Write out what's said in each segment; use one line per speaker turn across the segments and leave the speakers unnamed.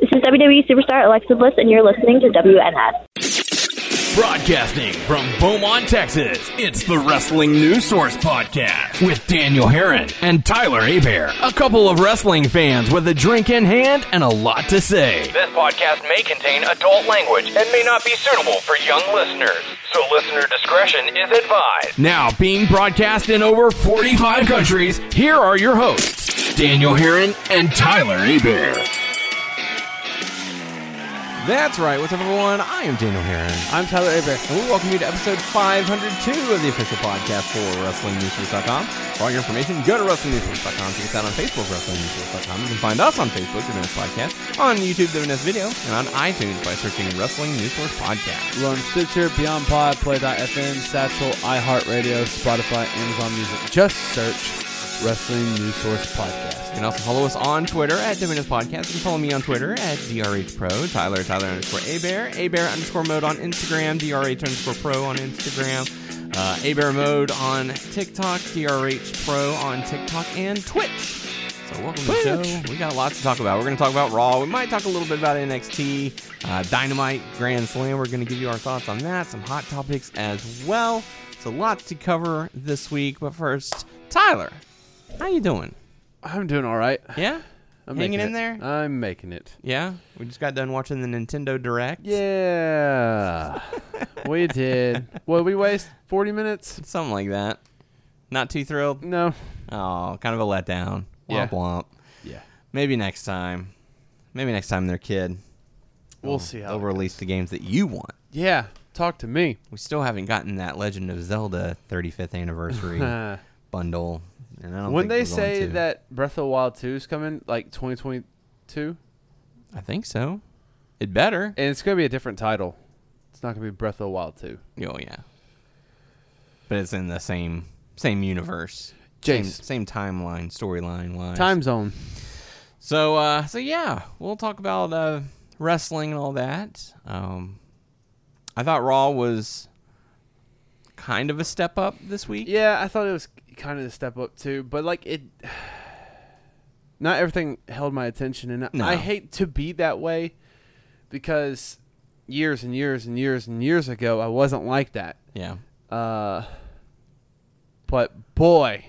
is WWE superstar Alexa Bliss, and you're listening to WNS.
Broadcasting from Beaumont, Texas, it's the Wrestling News Source Podcast with Daniel Herron and Tyler Abair, a couple of wrestling fans with a drink in hand and a lot to say.
This podcast may contain adult language and may not be suitable for young listeners, so listener discretion is advised.
Now being broadcast in over 45 countries, here are your hosts, Daniel Herron and Tyler Abair.
That's right. What's up, everyone? I am Daniel Herron. I'm Tyler Aber, and we welcome you to episode 502 of the official podcast for WrestlingNewsSource.com. For all your information, go to WrestlingNewsSource.com. Check us out on Facebook, WrestlingNewsSource.com. You can find us on Facebook, The Vince Podcast, on YouTube, The Vince Video, and on iTunes by searching Wrestling News Source Podcast.
We're on Stitcher, Beyond Pod, Play.fm, Satchel, iHeartRadio, Spotify, Amazon Music. Just search Wrestling News Source
You
Podcast.
can also follow us on Twitter at Dominus Podcast. You can follow me on Twitter at DRH Pro, Tyler, Tyler underscore Abear, Abear underscore Mode on Instagram, DRH underscore Pro on Instagram, uh, Abear Mode on TikTok, DRH Pro on TikTok, and Twitch. So welcome to the show. We got a lot to talk about. We're going to talk about Raw. We might talk a little bit about NXT, uh, Dynamite, Grand Slam. We're going to give you our thoughts on that, some hot topics as well. So lots to cover this week. But first, Tyler, how you doing?
I'm doing all right.
Yeah.
I'm
Hanging
making
in
it.
there.
I'm making it.
yeah. We just got done watching the Nintendo Direct.
Yeah. we did. Well, we waste 40 minutes?
Something like that. Not too thrilled.
No.
Oh, kind of a letdown. Womp
Yeah.
womp.
Yeah.
Maybe next time. Maybe next time they're kid.
We'll see how.
They'll release the games that you want.
Yeah. Talk to me.
We still haven't gotten that Legend of Zelda 35th anniversary
Uh,
bundle. And I don't
when
think
they
we're going
say
to.
that Breath of the Wild 2 is coming, like 2022,
I think so. It better.
and it's going to be a different title. It's not going to be Breath of the Wild 2.
Oh yeah. But it's in the same same universe. Same,
Jace.
same timeline, storyline wise.
Time zone.
So, uh, so yeah, we'll talk about uh, wrestling and all that. Um, I thought Raw was kind of a step up this week.
Yeah, I thought it was kind of a step up too, but like it, not everything held my attention, and I-
No.
I hate to be that way because years and years and years and years ago I wasn't like that.
Yeah.
Uh, but boy,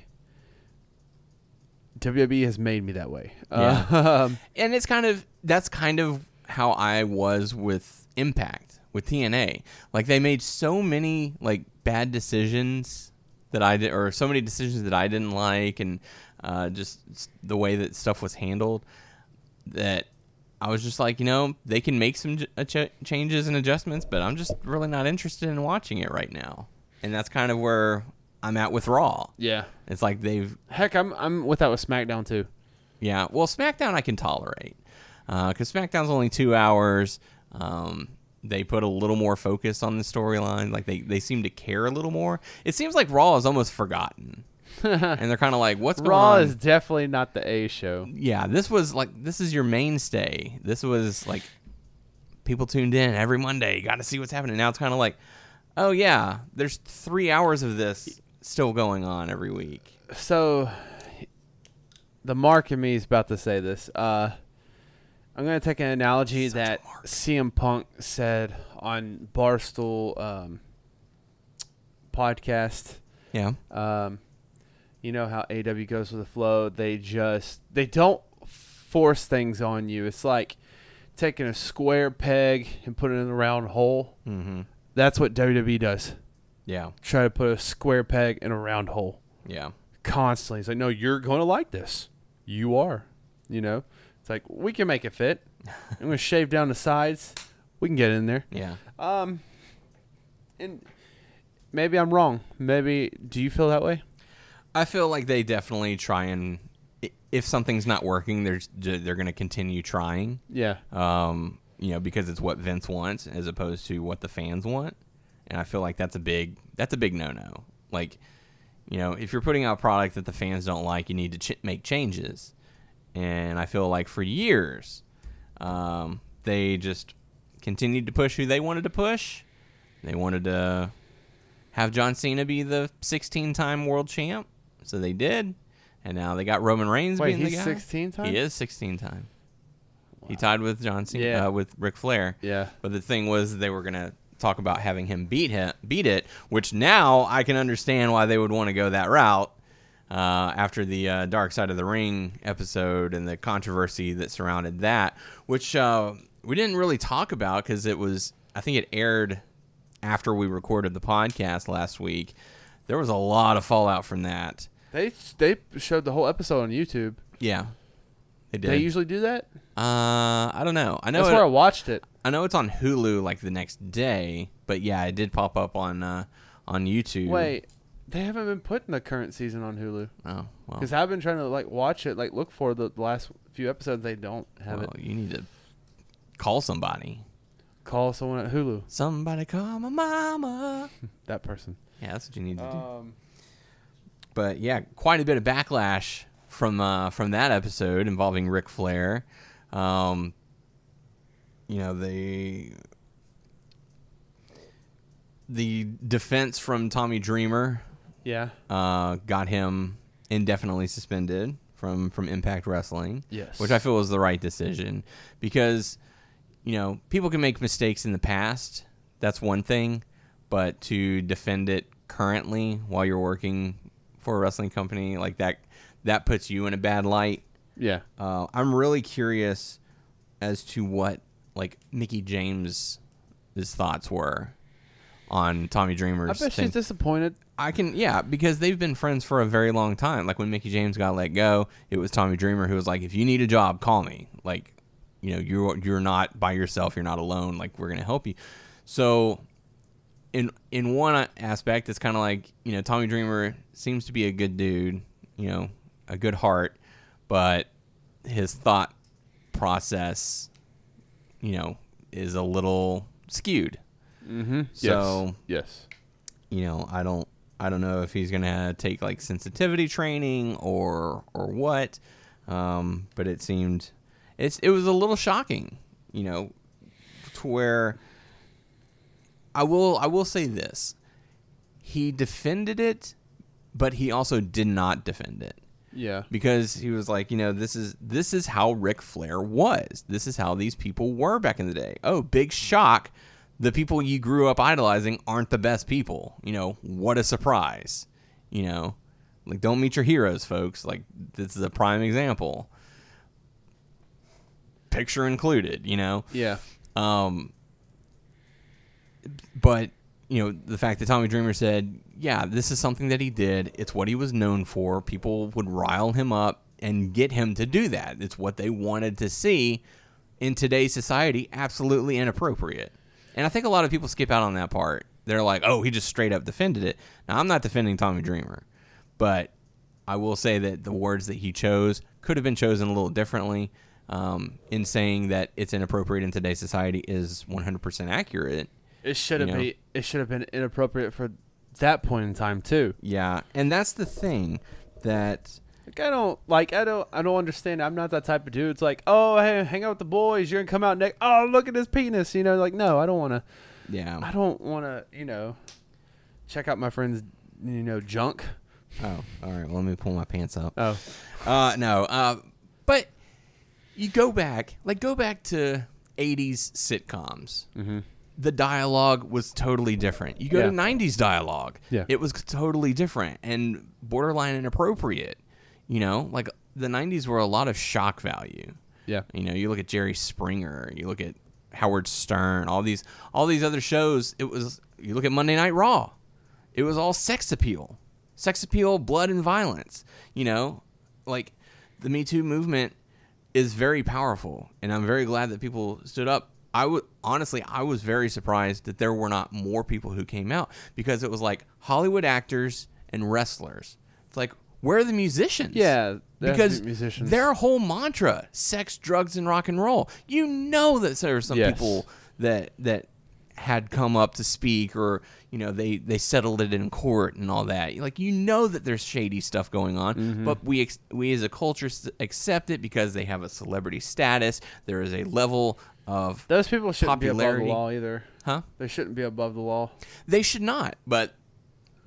WWE has made me that way.
Yeah.
Uh,
and it's kind of that's kind of how I was with Impact with TNA. Like they made so many like bad decisions that I did, or so many decisions that I didn't like, and uh, just s- the way that stuff was handled. That I was just like, you know, they can make some j- a ch- changes and adjustments, but I'm just really not interested in watching it right now. And that's kind of where I'm at with Raw.
yeah.
It's like they've
Heck, I'm I'm with that with SmackDown too.
yeah. Well, SmackDown I can tolerate because SmackDown's only two hours. Um, they put a little more focus on the storyline. Like they, they seem to care a little more. It seems like Raw is almost forgotten, and they're kind of like, "What's
Raw
going on?
is definitely not the A show.
yeah, this was like this is your mainstay. This was like people tuned in every Monday. You got to see what's happening. Now it's kind of like, oh yeah, there's three hours of this still going on every week.
so the mark in me is about to say this. Uh, I'm going to take an analogy that CM Punk said on Barstool um, podcast.
Yeah,
Um, you know how AW goes with the flow. They just they don't force things on you. It's like taking a square peg and putting it in a round hole. Mm-hmm. That's what WWE does.
yeah,
Try to put a square peg in a round hole
yeah,
constantly. He's like, no, you're going to like this. You are. You know, it's like, we can make it fit. I'm going to shave down the sides. We can get in there.
yeah.
And maybe I'm wrong. Maybe, do you feel that way?
I feel like they definitely try and i- if something's not working, they're they're going to continue trying.
Yeah.
Um, you know, because it's what Vince wants as opposed to what the fans want, and I feel like that's a big that's a big no no. Like, you know, if you're putting out a product that the fans don't like, you need to ch- make changes. And I feel like for years, um, they just continued to push who they wanted to push. They wanted to have John Cena be the 16 time world champ. So they did. And now they got Roman Reigns
Wait,
being
he's
the guy.
16 time?
He is 16 time. He tied with John Cena
Yeah.
uh, with Ric Flair.
Yeah.
But the thing was, they were gonna talk about having him beat him, beat it, which now I can understand why they would want to go that route. Uh, after the uh, Dark Side of the Ring episode and the controversy that surrounded that, which uh, we didn't really talk about because it was, I think it aired after we recorded the podcast last week. There was a lot of fallout from that.
They they showed the whole episode on YouTube.
Yeah, they did.
They usually do that.
uh, I don't know. I know
That's
it-
where I watched it.
I know it's on Hulu like the next day, but yeah, it did pop up on uh, on YouTube.
Wait, they haven't been putting the current season on Hulu
oh well,
because I've been trying to like watch it, like look for the last few episodes. They don't have
well
it.
you need to call somebody.
Call someone at Hulu.
Somebody call my mama.
That person.
yeah, that's what you need to do.
Um,
But yeah, quite a bit of backlash from uh, from that episode involving Ric Flair. Um, you know the the defense from Tommy Dreamer
yeah.
uh, got him indefinitely suspended from from Impact Wrestling.
Yes.
which I feel was the right decision because you know people can make mistakes in the past. That's one thing, but to defend it currently while you're working for a wrestling company like that, that puts you in a bad light.
Yeah.
Uh, I'm really curious as to what like Mickey James' thoughts were on Tommy
I
Dreamer's
bet
thing.
she's disappointed.
I can, yeah, because they've been friends for a very long time. Like when Mickey James got let go, it was Tommy Dreamer who was like, "If you need a job, call me." Like, you know, you're you're not by yourself. You're not alone. Like, we're gonna help you. So, in in one aspect, it's kind of like you know, Tommy Dreamer seems to be a good dude. You know, a good heart, but his thought process, you know, is a little skewed. Mm-hmm. So
Yes.
you know, I don't I don't know if he's gonna take like sensitivity training or or what. Um, but it seemed it's it was a little shocking, you know, to where I will I will say this. He defended it, but he also did not defend it
Yeah.
because he was like, you know, this is this is how Ric Flair was. This is how these people were back in the day. Oh, big shock! The people you grew up idolizing aren't the best people. You know, what a surprise! You know, like don't meet your heroes, folks. Like this is a prime example. Picture included, you know.
Yeah.
Um, but you know the fact that Tommy Dreamer said, "Yeah, this is something that he did. It's what he was known for. People would rile him up and get him to do that. It's what they wanted to see." In today's society, absolutely inappropriate. And I think a lot of people skip out on that part. They're like, "Oh, he just straight up defended it." Now I'm not defending Tommy Dreamer, but I will say that the words that he chose could have been chosen a little differently. Um, in saying that it's inappropriate in today's society is 100% accurate.
It should have
You know.
been. It should have been inappropriate for that point in time too.
Yeah, and that's the thing that
Like I don't like I don't I don't understand. I'm not that type of dude. It's like, oh hey, hang out with the boys. You're gonna come out next. Oh look at his penis. You know, like no, I don't want to. I
yeah.
don't want to. You know, check out my friend's you know junk.
Oh, all right. Well, let me pull my pants up.
Oh
Uh, no. Uh, but you go back, like go back to '80s sitcoms. Mm-hmm. The dialogue was totally different. You go
Yeah.
to '90s dialogue.
Yeah.
It was totally different and borderline inappropriate. You know, like the '90s were a lot of shock value.
yeah,
You know, you look at Jerry Springer, you look at Howard Stern, all these all these other shows. It was you look at Monday Night Raw. It was all sex appeal, sex appeal, blood and violence. You know, like the Me Too movement is very powerful, and I'm very glad that people stood up. I would honestly, I was very surprised that there were not more people who came out because it was like Hollywood actors and wrestlers. It's like where are the musicians?
Yeah, there has to
because
be musicians.
their whole mantra sex drugs and rock and roll you know that there are some
Yes.
people that that had come up to speak or you know they they settled it in court and all that like you know that there's shady stuff going on
Mm-hmm.
but we ex- we as a culture s- accept it because they have a celebrity status there is a level of
those people shouldn't be above
Popularity.
the law either.
huh
They shouldn't be above the law.
they should not but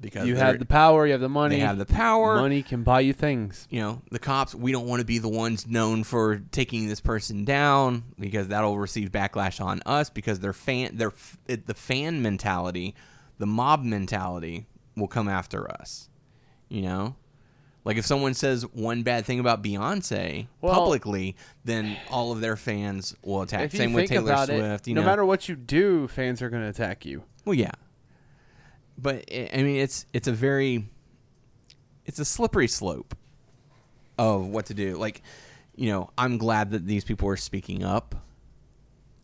because
you
they're-
have the power, you have the money.
They have the power.
Money can buy you things.
you know, the cops, we don't want to be the ones known for taking this person down because that'll receive backlash on us because their fan, their f- it, the fan mentality, the mob mentality will come after us. You know, like if someone says one bad thing about Beyonce
Well-
publicly, then all of their fans will attack.
If
Same
you
with
think
Taylor
about
Swift.
it,
you
no
know,
matter what you do, fans are going to attack you.
well, yeah, but i I mean, it's it's a very it's a slippery slope of what to do. Like, you know, I'm glad that these people are speaking up,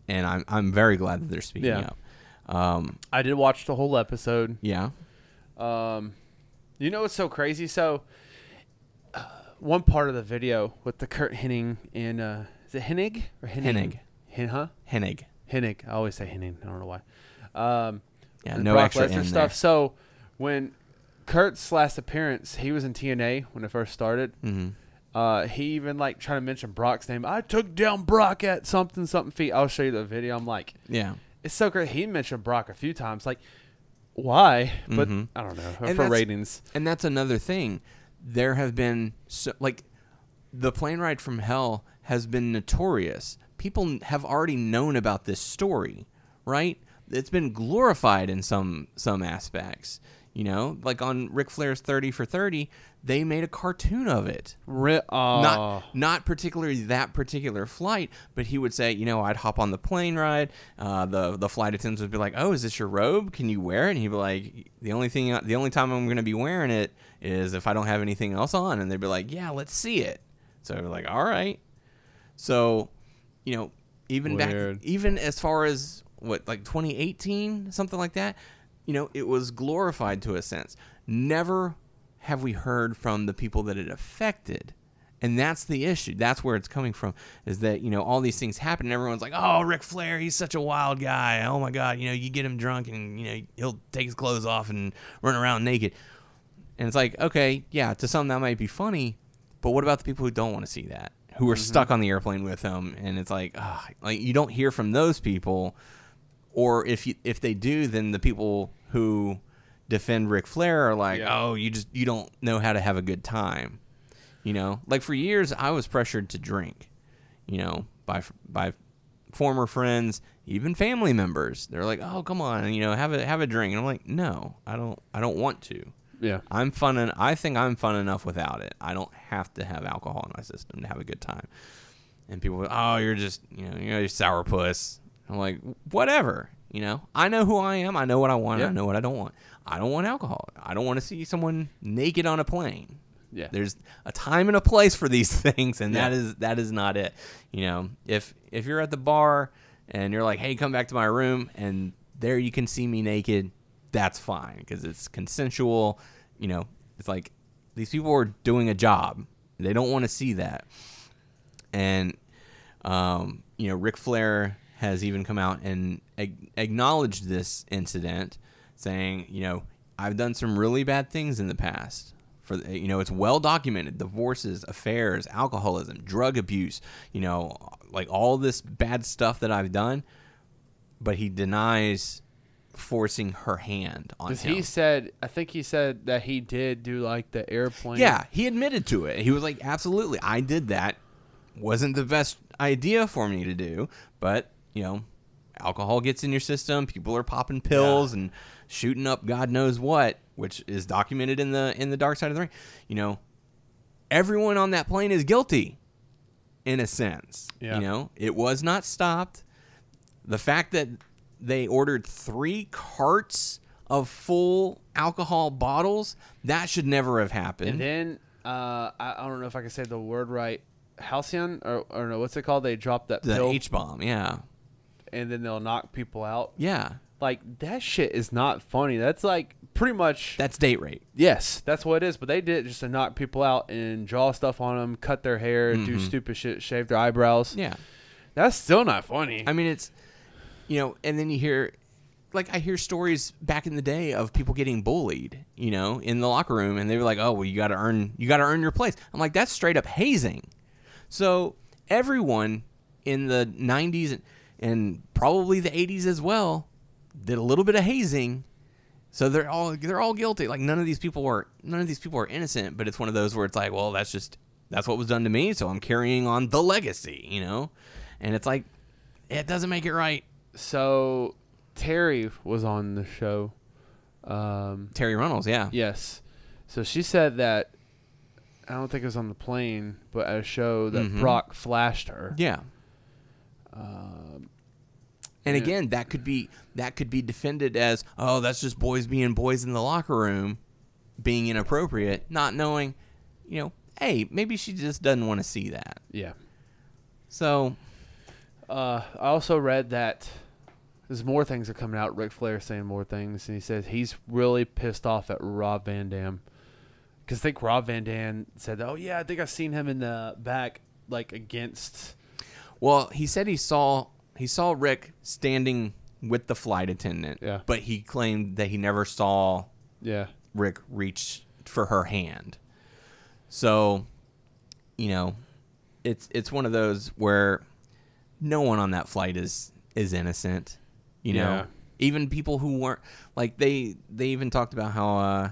and I'm I'm very glad that they're speaking
Yeah.
up. Um,
I did watch the whole episode.
yeah,
You know what's so crazy? So, uh, one part of the video with the Kurt Hennig and uh, is it Hennig or Hennig?
Hennig.
Hennig. huh?
Hennig.
Hennig. I always say Hennig. I don't know why. Um,
Yeah,
the
no
Brock
extra
Lesnar
in there.
stuff. So when Kurt's last appearance, he was in TNA when it first started. Mm-hmm. Uh, he even like trying to mention Brock's name. I took down Brock at something something feet. I'll show you the video. I'm like,
Yeah,
it's so great. He mentioned Brock a few times. Like, why? But I don't know for
Mm-hmm. that's-
ratings.
And that's another thing. There have been so, like the plane ride from hell has been notorious. People n- have already known about this story, right? It's been glorified in some some aspects. You know, like on Ric Flair's Thirty for Thirty, they made a cartoon of it
Ri- aw.
not not particularly that particular flight, but he would say, you know, I'd hop on the plane ride. Uh, the the flight attendants would be like, "Oh, is this your robe? Can you wear it?" And he'd be like, "The only thing, the only time I'm going to be wearing it is if I don't have anything else on." And they'd be like, "Yeah, let's see it." So I'd be like, "All right." So, you know, even
Weird.
back, even as far as what like 2018, something like that, you know, it was glorified to a sense. Never have we heard from the people that it affected. And that's the issue. That's where it's coming from. Is that you know all these things happen, and everyone's like, "Oh, Ric Flair, he's such a wild guy. Oh my God, you know, you get him drunk, and you know he'll take his clothes off and run around naked." And it's like, okay, yeah, to some that might be funny, but what about the people who don't want to see that, who are stuck on the airplane with him? And it's like, ah, like you don't hear from those people, or if you, if they do, then the people who defend Ric Flair are like,
Yeah.
oh, you just you don't know how to have a good time, you know. Like for years, I was pressured to drink, you know, by f- by former friends, even family members. They're like, oh, come on, you know, have a have a drink, and I'm like, no, I don't, I don't want to.
yeah.
I'm fun. En- I think I'm fun enough without it. I don't have to have alcohol in my system to have a good time. And people, go, oh, you're just, you know, you're a sourpuss. I'm like, whatever. You know, I know who I am. I know what I want.
Yeah.
I know what I don't want. I don't want alcohol. I don't want to see someone naked on a plane.
Yeah.
There's a time and a place for these things, and that
Yeah.
is that is not it. You know, if if you're at the bar and you're like, "Hey, come back to my room," and there you can see me naked, that's fine because it's consensual. You know, it's like these people are doing a job; they don't want to see that. And um, you know, Ric Flair has even come out and ag- acknowledged this incident, saying, you know, I've done some really bad things in the past. For the- you know, it's well documented: divorces, affairs, alcoholism, drug abuse. You know, like all this bad stuff that I've done. But he denies forcing her hand on
Because
him.
he said, I think he said that he did do like the airplane.
Yeah, he admitted to it. He was like, "Absolutely, I did that. Wasn't the best idea for me to do, but you know, alcohol gets in your system. People are popping pills and shooting up God knows what, which is documented in the in the Dark Side of the Ring. You know, everyone on that plane is guilty, in a sense.
Yeah.
You know, it was not stopped. The fact that they ordered three carts of full alcohol bottles that should never have happened.
And then uh, I, I don't know if I can say the word right. Halcyon or, or no, what's it called? They drop that
the
pill
H bomb. Yeah,
and then they'll knock people out.
yeah,
Like that shit is not funny. That's like pretty much
that's date rape.
yes, that's what it is. But they did it just to knock people out and draw stuff on them, cut their hair, do stupid shit, shave their eyebrows.
Mm-hmm. Yeah,
that's still not funny.
I mean it's, you know, and then you hear, like I hear stories back in the day of people getting bullied, you know, in the locker room, and they were like, oh well, you got to earn, you got to earn your place. I'm like, that's straight up hazing. So everyone in the 90s and, and probably the 80s as well did a little bit of hazing. So they're all they're all guilty. Like none of these people were none of these people are innocent. But it's one of those where it's like, well, that's just that's what was done to me. So I'm carrying on the legacy, you know. And it's like it doesn't make it right.
So Terry was on the show. Um,
Terry Runnels, yeah,
yes. So she said that I don't think it was on the plane, but at a show that
Mhm.
Brock flashed her.
yeah. Um, and again, that could be that could be defended as, oh, that's just boys being boys in the locker room, being inappropriate, not knowing, you know, hey, maybe she just doesn't want to see that.
Yeah.
So
Uh, I also read that there's more things are coming out. Ric Flair saying more things, and he says he's really pissed off at Rob Van Dam because I think Rob Van Dam said, "Oh yeah, I think I've seen him in the back, like against."
Well, he said he saw he saw Rick standing with the flight attendant.
Yeah.
But he claimed that he never saw
Yeah.
Rick reach for her hand. So, you know, it's it's one of those where no one on that flight is is innocent. You know,
Yeah.
even people who weren't like they they even talked about how uh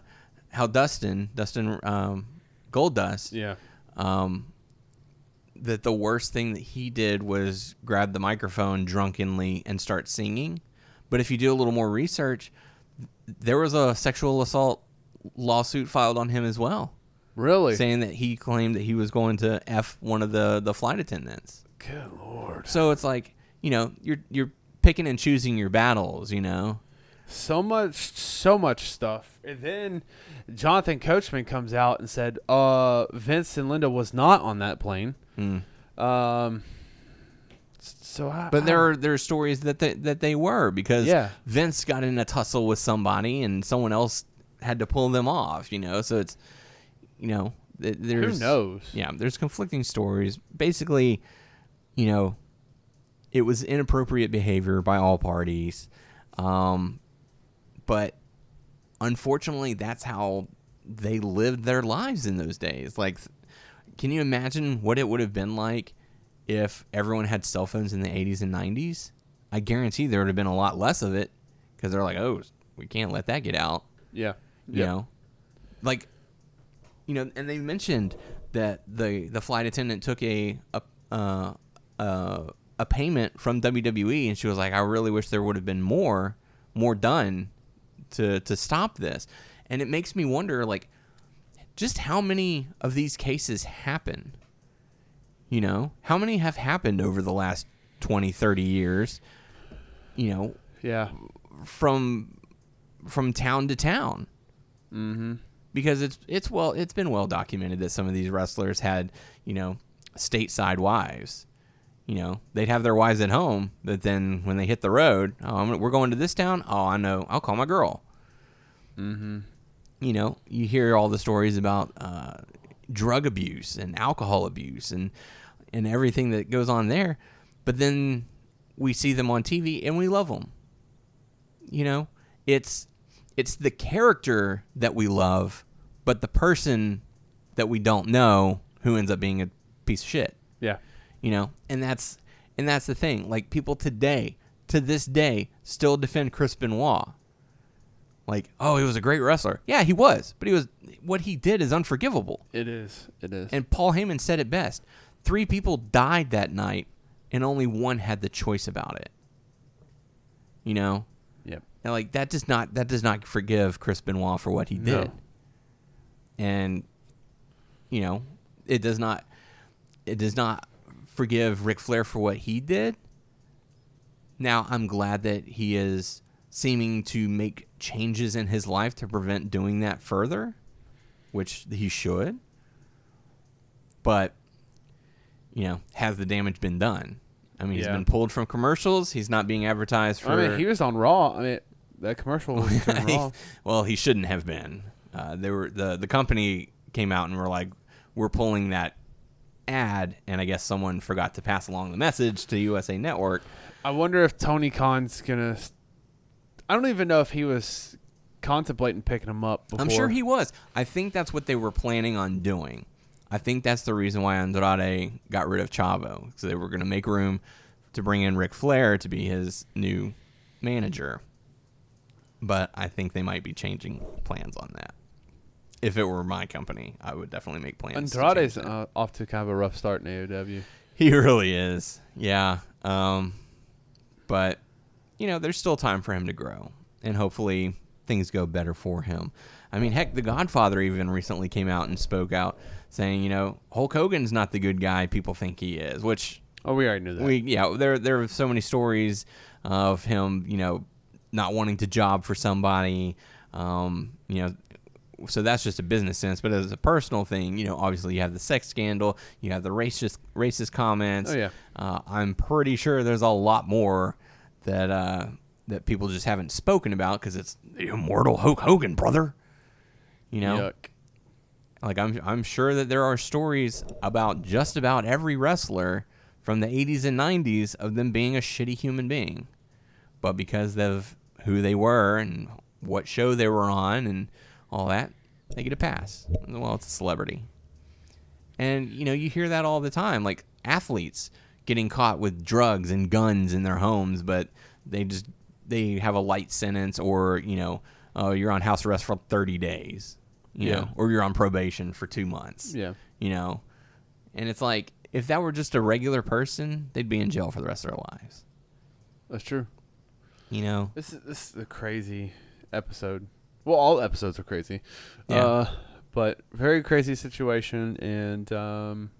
how Dustin Dustin um Gold Dust
Yeah.
um, that the worst thing that he did was grab the microphone drunkenly and start singing. But if you do a little more research, there was a sexual assault lawsuit filed on him as well,
Really?
saying that he claimed that he was going to f one of the the flight attendants.
Good lord.
So it's like you know you're you're picking and choosing your battles, you know.
So much, so much stuff. And then Jonathan Coachman comes out and said, "Uh, Vince and Linda was not on that plane." Um. s- So I,
But
I-
there are there are stories that they, that they were because
Yeah.
Vince got in a tussle with somebody and someone else had to pull them off. You know, so it's you know th- there's
knows?
Yeah, there's conflicting stories. Basically, you know, it was inappropriate behavior by all parties, um, but unfortunately, that's how they lived their lives in those days. Like, th- can you imagine what it would have been like if everyone had cell phones in the 80s and 90s? I guarantee there would have been a lot less of it because they're like, oh, we can't let that get out,
yeah,
you know? Like, you know, and they mentioned that the, the flight attendant took a, a, uh, uh, a payment from WWE, and she was like, I really wish there would have been more, more done to, to stop this. And it makes me wonder, like, just how many of these cases happen you know how many have happened over the last 20 30 years you know
yeah,
from from town to town mm-hmm. because it's it's well it's been well documented that some of these wrestlers had you know stateside wives you know they'd have their wives at home but then when they hit the road oh I'm, we're going to this town oh i know i'll call my girl you know, you hear all the stories about uh, drug abuse and alcohol abuse and and everything that goes on there, but then we see them on TV and we love them. You know, it's it's the character that we love, but the person that we don't know who ends up being a piece of shit
yeah.
you know and that's and that's the thing like people today to this day still defend chris benoit like oh he was a great wrestler yeah he was but he was what he did is unforgivable
It is. It is.
and paul heyman said it best three people died that night and only one had the choice about it you know
yep.
and like that does not that does not forgive Chris Benoit for what he
No.
did. And you know, it does not it does not forgive Ric Flair for what he did. Now I'm glad that he is seeming to make changes in his life to prevent doing that further, which he should. But you know, has the damage been done? I mean, he's
Yeah.
been pulled from commercials. He's not being advertised for.
I mean, he was on Raw. I mean, that commercial was on Raw.
well, he shouldn't have been. Uh, they were the the company came out and were like, we're pulling that ad, and I guess someone forgot to pass along the message to USA Network.
I wonder if Tony Khan's gonna. s- I don't even know if he was contemplating picking him up. Before.
I'm sure he was. I think that's what they were planning on doing. I think that's the reason why Andrade got rid of Chavo because they were going to make room to bring in Ric Flair to be his new manager. but I think they might be changing plans on that. If it were my company, I would definitely make plans. to change
Andrade's
that.
uh, off to kind of a E rough start in AOW.
He really is. Yeah. Um, but, you know, there's still time for him to grow. And hopefully things go better for him. I mean, heck, The Godfather even recently came out and spoke out saying, you know, Hulk Hogan's not the good guy people think he is, which
Oh, we already knew that.
we, yeah, there, there are so many stories of him, you know, not wanting to job for somebody. Um, you know, so that's just a business sense, but as a personal thing, you know, obviously you have the sex scandal, you have the racist racist comments.
Oh, yeah.
Uh, I'm pretty sure there's a lot more that uh, that people just haven't spoken about because it's the immortal Hulk Hogan, brother. You know,
Yuck.
like I'm I'm sure that there are stories about just about every wrestler from the 80s and 90s of them being a shitty human being. But because of who they were and what show they were on and all that, they get a pass. Well, it's a celebrity. And you know, you hear that all the time like athletes getting caught with drugs and guns in their homes, but they just they have a light sentence or, you know, oh, you're on house arrest for 30 days, you
Yeah.
know, or you're on probation for 2 months.
Yeah.
You know. And it's like if that were just a regular person, they'd be in jail for the rest of their lives.
That's true.
You know.
This is this is a crazy episode. Well, all episodes are crazy.
Yeah.
Uh, but very crazy situation. And um,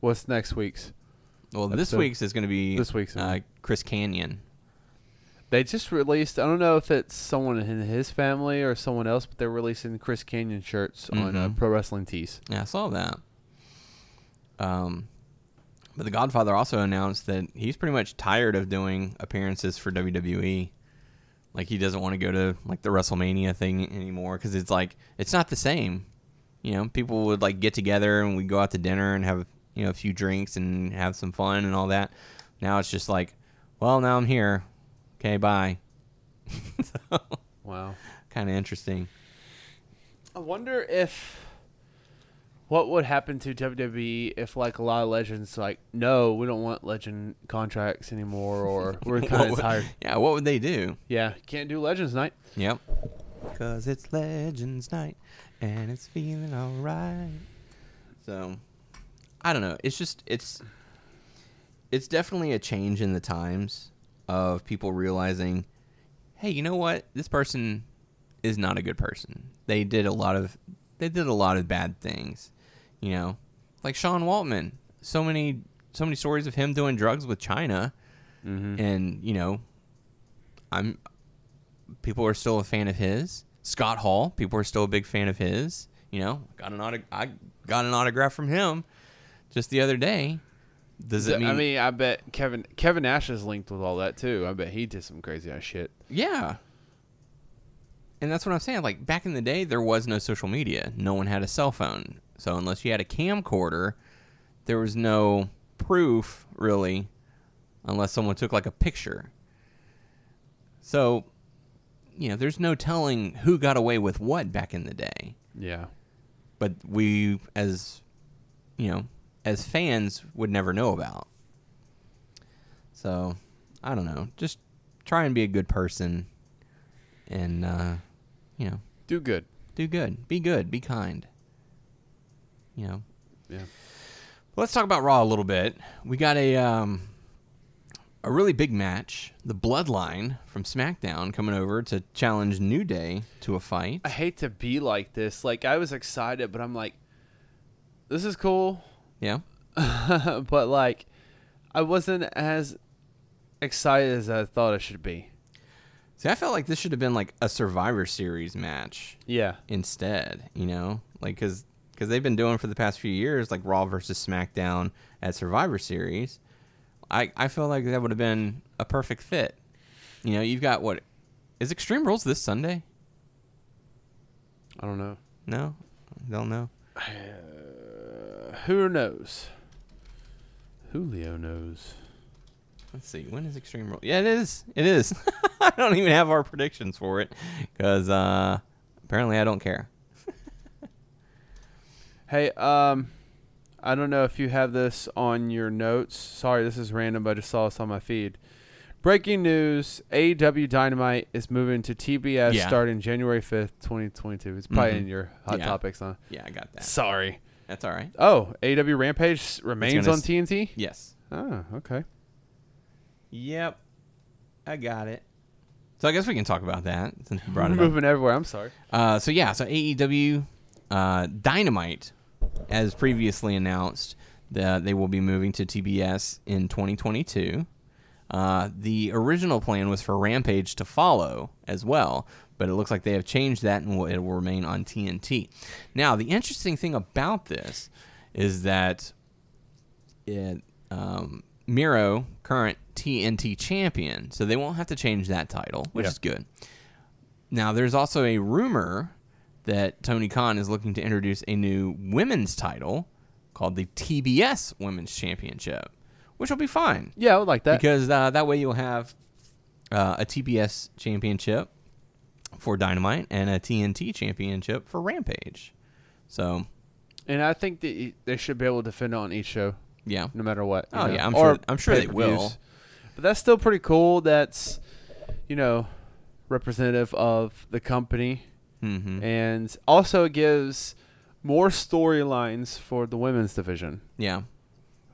what's next week's?
Well, this
Episode-
week's is going to be
This week's, I
uh,
mean.
Chris Canyon.
They just released. I don't know if it's someone in his family or someone else, but they're releasing Chris Canyon shirts on uh, Pro Wrestling Tees.
Yeah, I saw that. Um, but The Godfather also announced that he's pretty much tired of doing appearances for WWE. Like he doesn't want to go to like the WrestleMania thing anymore because it's like it's not the same. You know, people would like get together and we go out to dinner and have you know a few drinks and have some fun and all that. Now it's just like, well, now I'm here. Okay, bye. so,
Wow.
kind of interesting.
I wonder if what would happen to WWE if like a lot of legends like no, we don't want legend contracts anymore, or we're
What
kind of
would-
tired.
Yeah, what would they do?
Yeah, can't do Legends Night.
Yep. Cause it's Legends Night and it's feeling alright. So I don't know. It's just it's it's definitely a change in the times of people realizing, hey, you know what? This person is not a good person. They did a lot of they did a lot of bad things. You know? Like Sean Waltman. So many so many stories of him doing drugs with China and, you know, I'm people are still a fan of his. Scott Hall, people are still a big fan of his. You know, got an auto- I got an autograph from him just the other day. Does it mean?
I mean, I bet Kevin Kevin Nash is linked with all that too. I bet he did some crazy ass shit.
yeah. And that's what I'm saying. Like back in the day, there was no social media. No one had a cell phone, so unless you had a camcorder, there was no proof really, unless someone took like a picture. So, you know, there's no telling who got away with what back in the day.
Yeah.
but we as you know as fans would never know about so i don't know just try and be a good person and uh you know
Do good.
do good be good be kind you know
Yeah.
let's talk about raw a little bit we got a um a really big match the bloodline from smackdown coming over to challenge new day to a fight
I hate to be like this. Like I was excited, but I'm like this is cool,
yeah
but like I wasn't as excited as I thought I should be.
see i felt like this should have been like a survivor series match
Yeah.
instead, you know? Like cuz cuz they've been doing for the past few years like Raw versus SmackDown at Survivor Series. I I feel like that would have been a perfect fit. You know, you've got what is Extreme Rules this Sunday?
I don't know.
No. Don't know.
Who knows? Julio knows.
Let's see. When is Extreme Rules? Yeah, it is. It is. I don't even have our predictions for it cuz uh apparently I don't care.
Hey, um, I don't know if you have this on your notes. Sorry, this is random, but I just saw this on my feed. Breaking news: AEW Dynamite is moving to TBS
Yeah. Mm-hmm.
starting January fifth, twenty twenty two. It's probably in your hot
Yeah.
topics, huh?
Yeah, I got that.
Sorry.
That's all right.
Oh, AEW Rampage remains
gonna
on
s-
TNT.
Yes.
Oh, okay.
Yep. I got it. So I guess we can talk about that since we brought
We're
it up.
moving everywhere. I'm sorry.
Uh, so yeah, so AEW uh, Dynamite, as previously announced, the, they will be moving to TBS in 2022. Uh, the original plan was for Rampage to follow as well, but it looks like they have changed that and will- it will remain on TNT. Now, the interesting thing about this is that it, um, Miro, current TNT champion, so they won't have to change that title, which
Yeah.
is good. Now, there's also a rumor that Tony Khan is looking to introduce a new women's title called the TBS Women's Championship, which will be fine
Yeah, I would like that.
because uh, that way you'll have uh, a TBS championship for Dynamite and a TNT championship for Rampage. So,
and I think that y- they should be able to defend it on each show,
yeah.
no matter what. you
Oh,
know,
yeah, I'm
or
sure- I'm sure they
pay-per-views.
will.
But that's still pretty cool. That's, you know, representative of the company,
hmm
and also it gives more storylines for the women's division,
Yeah.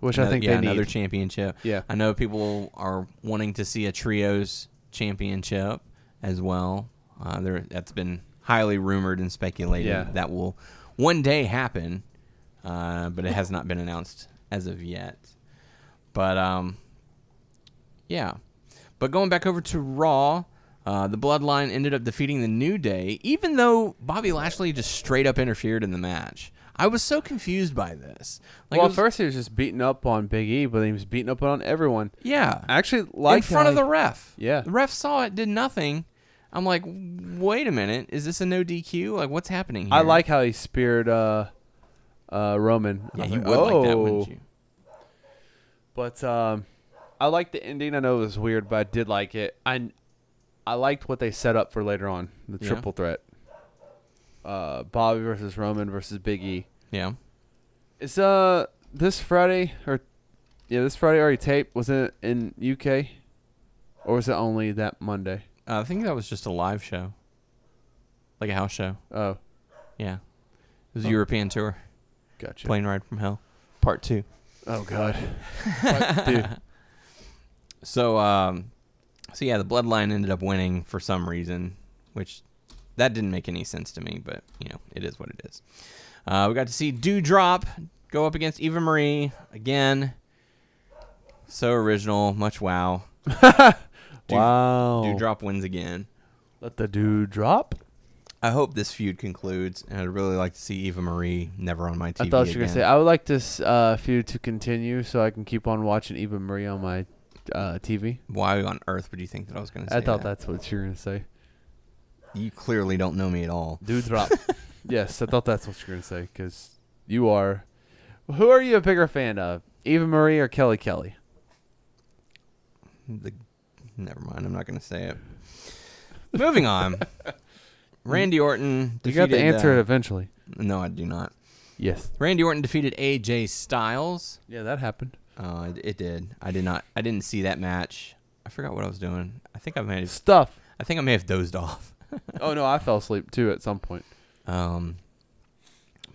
which I
Ano-
think
yeah,
they need.
another championship.
Yeah.
I know people are wanting to see a trios championship as well. Uh, there, that's been highly rumored and speculated
Yeah.
that will one day happen, uh, but it has not been announced as of yet. But um, yeah. But going back over to Raw, uh, the Bloodline ended up defeating the New Day, even though Bobby Lashley just straight up interfered in the match. I was so confused by this. Like, it
well,
was-
at first he was just beating up on Big E, but then he was beating up on everyone.
yeah,
I actually like
in front of the ref.
Yeah.
The ref saw it, did nothing. I'm like, wait a minute, is this a no DQ? Like, what's happening here?
I like how he speared uh, uh, Roman. I
Yeah,
was
you
like,
would like that,
"Oh."
wouldn't you?
But um, I like the ending. I know it was weird, but I did like it. I I liked what they set up for later on the
Yeah.
triple threat. Uh, Bobby versus Roman versus Big E.
Yeah.
It's uh this Friday or yeah this Friday already taped. Was it in UK or was it only that Monday?
Uh, I think that was just a live show, like a house show.
Oh,
Yeah. It was a European tour,
gotcha.
Plane Ride from Hell, Part Two.
Oh god, Fuck, dude.
So, um, so yeah, the Bloodline ended up winning for some reason, which that didn't make any sense to me, but you know, it is what it is. Uh, we got to see Dewdrop go up against Eva Marie again. So original, much wow. Dew-
Wow.
Dewdrop wins again.
Let the dude drop.
I hope this feud concludes, and I'd really like to see Eva Marie never on my TV.
I thought you were
again.
gonna say I would like this uh, feud to continue so I can keep on watching Eva Marie on my uh, TV.
Why on earth would you think that I was going to say
I thought
that?
that's what you were gonna say.
You clearly don't know me at all.
Dude drop. yes, I thought that's what you were gonna say because you are. Who are you a bigger fan of, Eva Marie or Kelly Kelly?
The, never mind. I'm not going to say it. Moving on. Randy Orton.
You got to
defeated,
answer it
uh,
eventually.
No, I do not.
Yes.
Randy Orton defeated AJ Styles.
Yeah, that happened.
Uh, it, it did. I did not. I didn't see that match. I forgot what I was doing. I think I may. Have,
Stuff.
I think I may have dozed off.
Oh no, I fell asleep too at some point.
Um,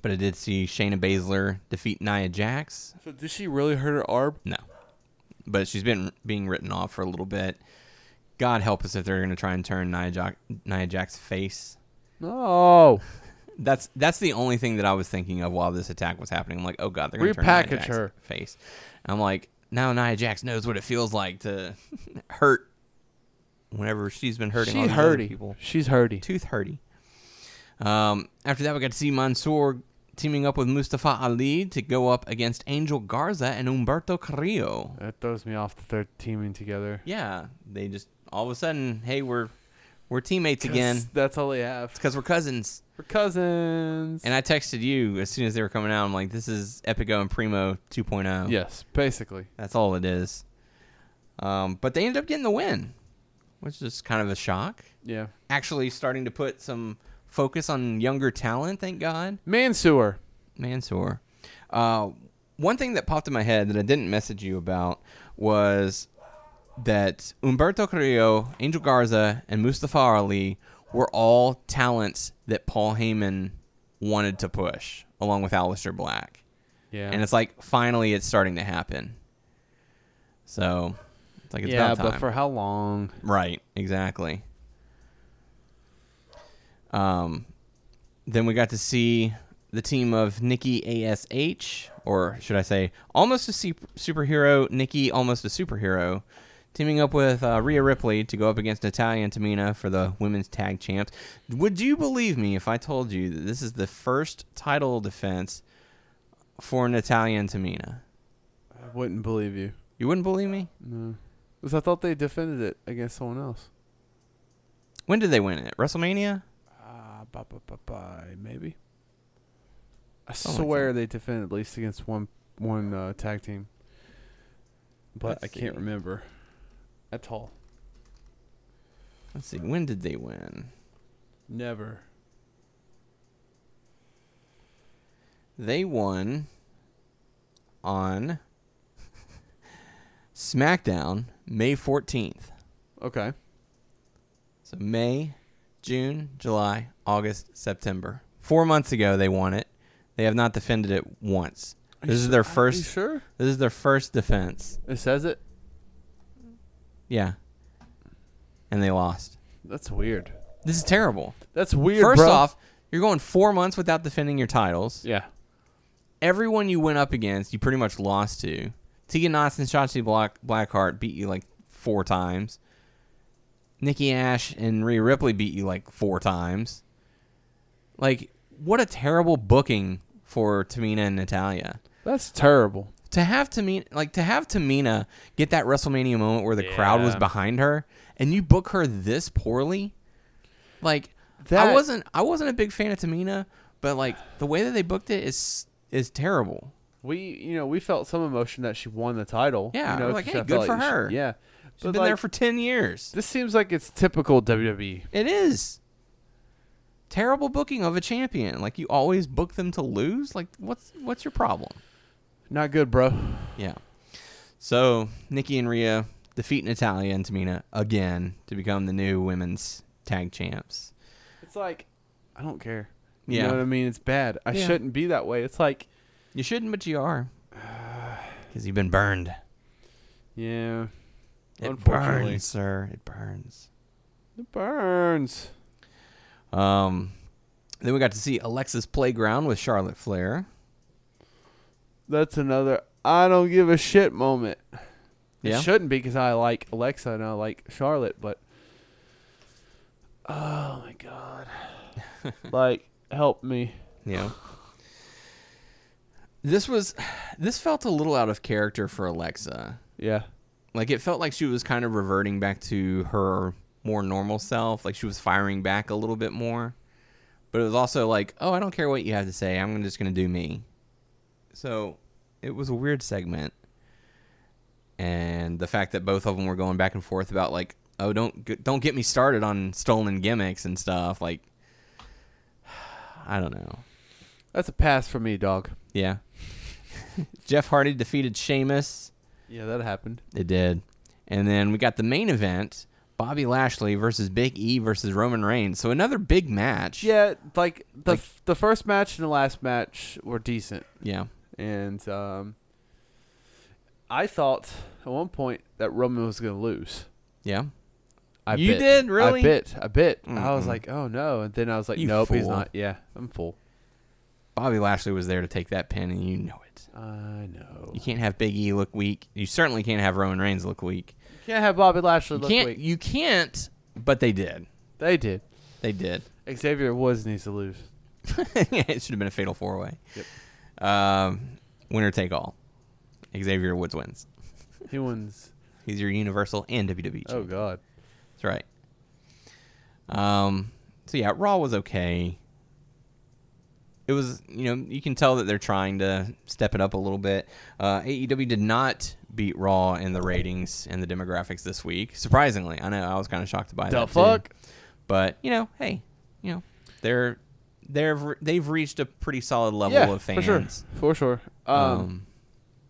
but I did see Shayna Baszler defeat Nia Jax.
So did she really hurt her arm?
No, but she's been being written off for a little bit. God help us if they're going to try and turn Nia, Jax, Nia Jax's face.
No.
That's that's the only thing that I was thinking of while this attack was happening. I'm like, oh god, they're gonna turn Nia
Repackage
Jax's
her.
face. And I'm like, now Nia Jax knows what it feels like to hurt whenever she's been hurting all
She's
these other
hurty.
people.
She's hurty.
Tooth hurty. Um, after that, we got to see Mansoor teaming up with Mustafa Ali to go up against Angel Garza and Humberto Carrillo.
That throws me off that they're teaming together.
Yeah, they just all of a sudden, hey, we're we're teammates again
That's all they have.
because we're cousins.
We're cousins.
And I texted you as soon as they were coming out. I'm like, this is Epico and Primo 2.0.
yes, basically.
That's all it is. Um, but they ended up getting the win, which is kind of a shock.
Yeah.
Actually, starting to put some focus on younger talent, thank God.
Mansoor.
Mansoor. Uh, one thing that popped in my head that I didn't message you about was that Umberto Carrillo, Angel Garza, and Mustafa Ali were all talents that Paul Heyman wanted to push, along with Aleister Black.
Yeah.
And it's like finally it's starting to happen. So it's like it's
yeah,
about time.
but for how long?
Right, exactly. Um, then we got to see the team of Nikki Ash, or should I say, almost a sup- superhero. Nikki, almost a superhero, teaming up with uh, Rhea Ripley to go up against Natalia and Tamina for the women's tag champs. Would you believe me if I told you that this is the first title defense for Natalia and Tamina?
I wouldn't believe you.
You wouldn't believe me.
Because I thought they defended it against someone else.
When did they win it? WrestleMania.
Ah, ba ba ba ba, maybe. I
Something like
swear they defended at least against one one uh, tag team, but
Let's
I can't
see.
remember at all.
Let's see. When did they win?
Never.
they won on SmackDown May 14th.
Okay.
So May, June, July, August, September. Four months ago they won it. They have not defended it once. This is their
Are you
first.
sure?
This is their first defense.
It says it.
Yeah, and they lost.
That's weird.
This is terrible.
That's weird.
First
bro.
off, you're going four months without defending your titles.
yeah.
everyone you went up against, you pretty much lost to. Tegan Knox and Shotzi Black Blackheart beat you like four times. Nikki Ash and Rhea Ripley beat you like four times. Like, what a terrible booking for Tamina and Natalia.
That's terrible.
To have Tamina, like to have Tamina get that WrestleMania moment where the crowd was
Yeah.
behind her, and you book her this poorly, like I
That-
wasn't. I wasn't a big fan of Tamina, but like the way that they booked it is is terrible.
We you know we felt some emotion that she won the title.
Yeah,
You know,
we're like,
'cause
hey,
I
good
felt
for
she-
her.
yeah.
She's
But
been there
like,
for 10 years.
This seems like it's typical E. WWE.
It is. Terrible booking of a champion. Like you always book them to lose. Like what's what's your problem?
Not good, bro.
Yeah. So Nikki and Rhea defeat Natalia and Tamina again to become the new women's tag champs.
It's like I don't care. You
Yeah.
know what I mean? It's bad. I
Yeah.
shouldn't be that way. It's like
You shouldn't, but you are. Because you've been burned.
Yeah.
It
Unfortunately.
burns, sir. It burns.
It burns.
Um, then we got to see Alexa's playground with Charlotte Flair.
That's another I don't give a shit moment.
Yeah.
It shouldn't be because I like Alexa and I like Charlotte, but oh my god, like help me.
Yeah. This was this felt a little out of character for Alexa.
Yeah,
Like it felt like she was kind of reverting back to her more normal self, like she was firing back a little bit more. But it was also like, "Oh, I don't care what you have to say. I'm just going to do me." So, it was a weird segment. And the fact that both of them were going back and forth about like, "Oh, don't g- don't get me started on stolen gimmicks and stuff." Like I don't know.
that's a pass for me, dog.
Yeah. Jeff Hardy defeated Sheamus.
Yeah, that happened.
It did. And then we got the main event Bobby Lashley versus Big E versus Roman Reigns. So another big match.
Yeah, like the
Like-
f- the first match and the last match were decent,
Yeah.
and um, I thought at one point that Roman was gonna lose.
Yeah.
I
You
bit.
did? Really?
I bit. I bit. I was like, oh no, and then I was like,
You
nope, he's
fool.
not. Yeah, I'm full.
Bobby Lashley was there to take that pin, and you know it.
I know.
You can't have Big E look weak. You certainly can't have Roman Reigns look weak.
Can't have Bobby Lashley
You
look
can't.
weak.
You can't. But they did.
they did.
They did.
Xavier Woods needs to lose.
it should have been a fatal four way. Yep. Um, winner take all. Xavier Woods wins.
He wins.
He's your Universal and E WWE.
Oh God.
That's right. Um, so yeah, Raw was okay. It was, you know, you can tell that they're trying to step it up a little bit. Uh, AEW did not beat Raw in the ratings and the demographics this week. Surprisingly, I know I was kind of shocked by
The
that. too.
fuck?
But you know, hey, you know, they're they're they've reached a pretty solid level
Yeah,
of
for
fans.
sure. For sure. Um,
Um,